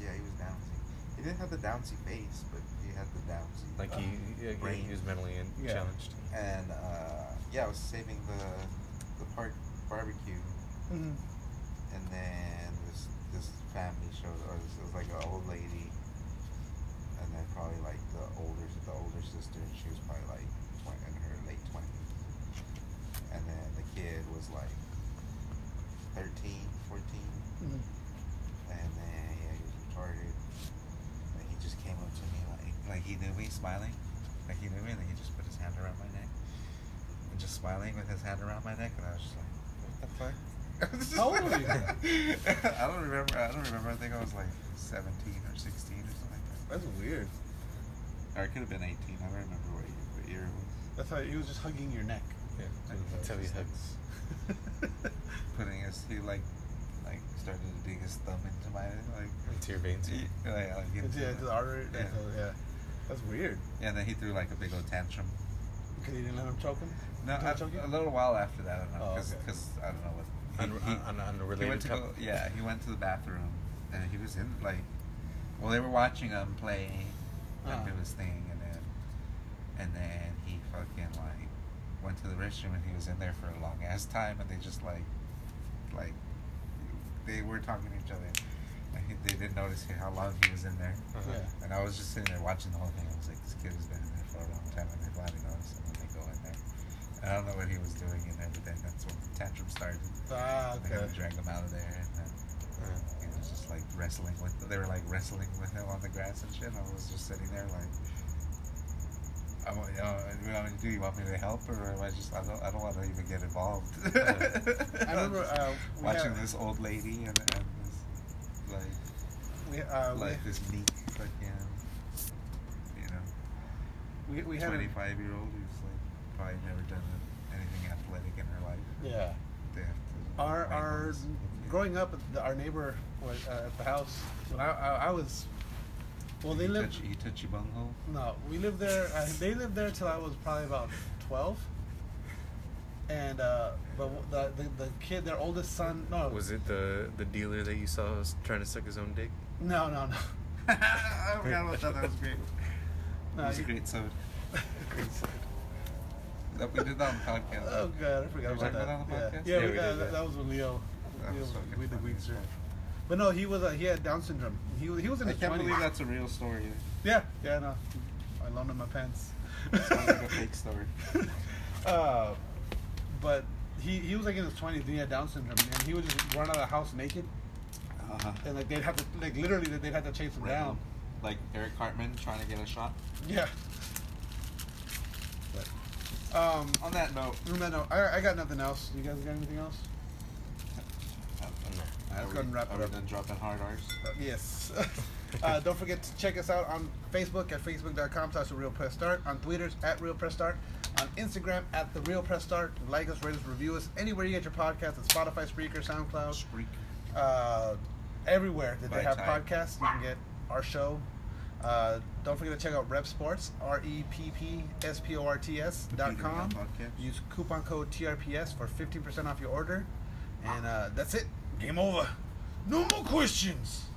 yeah, he was downsy. He didn't have the downsy face, but he had the downsy. Like he, he, brain. he was mentally in, Yeah. challenged. and uh, yeah, I was saving the the park barbecue, Mm-hmm. and then this this family showed up. It was like an old lady, and then probably like the older the older sister. and She was probably like 20, in her late twenties, and then the kid was like 13, 14. Mhm. and then yeah, he was retarded. Like he just came up to me like like he knew me smiling, like he knew me, and then he just put his hand around my neck and just smiling with his hand around my neck, and I was just like, what the fuck. (laughs) How old were I don't remember. I don't remember. I think I was like 17 or 16 or something like that. That's weird. Or I could have been 18. I don't remember what year, what year it was. That's how he was just hugging your (laughs) neck. Yeah. I Until he just, like, hugs. Putting his, he like, like started to dig his thumb into my like, Into your veins. yeah, yeah, like, It's, into yeah, my- it's the artery. Yeah. Yeah. yeah. That's weird. Yeah, and then he threw like a big old tantrum. Because he didn't let him choke him. No, Did he I, choke you? a little while after that, I don't know, Oh, because okay. I don't know what. Un- he- he- un- he went unrelated to topic. go, yeah, he went to the bathroom, and he was in like, well, they were watching him play, and Ah. do his thing, and then, and then he fucking like went to the restroom, and he was in there for a long ass time, and they just like, like, they were talking to each other, and he, they didn't notice how long he was in there. Uh-huh. Yeah. And I was just sitting there watching the whole thing. I was like, this kid has been in there for a long time, and they finally noticed, and then they go in there. And I don't know what he was doing in there, but then that's when the tantrum started. Ah, They okay. dragged him out of there, and then he was just like wrestling with. They were like wrestling with him on the grass and shit. And I was just sitting there like. I want, you know, what do you want me to do? You want me to help, or am I just? I don't. I don't want to even get involved. I remember (laughs) uh, we watching had, this old lady and, and this like we, uh, like this meek fucking, you know, we, we, we had a, twenty-five year old who's like probably never done anything athletic in her life. yeah. They have to. Our our handle this. growing up, the- our neighbor was, uh, at the house when I, I, I was. Well, they You lived. Touch, you touch your bunghole. (laughs) (laughs) No, we lived there. Uh, they lived there till I was probably about twelve. And uh, but w- the, the the kid, their oldest son, no, Was it the the dealer that you saw was trying to suck his own dick? no, no, (laughs) no. I forgot about that. That was great. no that was a you- (laughs) great soda. great soda. That we did that on the podcast. Oh god, I forgot Did we about talk about that. that on the yeah, podcast? yeah, Yeah, we we got- did that. that. was when Leo, That Leo was Oh, fucking we did funny weed as surf. fuck. But no, he was uh, he had Down syndrome. He was he was in I his can't believe twenties. that's a real story. Yeah, yeah, no, I loaned him my pants. It sounds like a fake story. uh, but he he was like in his twenties. and He had Down syndrome, and he would just run out of the house naked, Uh-huh. and like they'd have to like literally they'd have to chase him Right. down. Like Eric Cartman trying to get a shot. Yeah. But, um, On that note, on that note, I, I got nothing else. You guys got anything else? are Let's we, go ahead and wrap are it we up. done dropping hard R's? Uh, yes. (laughs) uh, don't forget to check us out on Facebook at facebook.com slash the Real Press Start, on Twitter at Real Press Start, on Instagram at the Real Press Start. Like us, rate us, review us anywhere you get your podcast at Spotify, Spreaker, SoundCloud, uh, everywhere that they have Right, podcasts. You can get our show. Uh, don't forget to check out Rep Sports, R E P P S P O R T S dot com. Podcast. Use coupon code TRPS for 15% off your order. And uh, that's it. Game over. No more questions.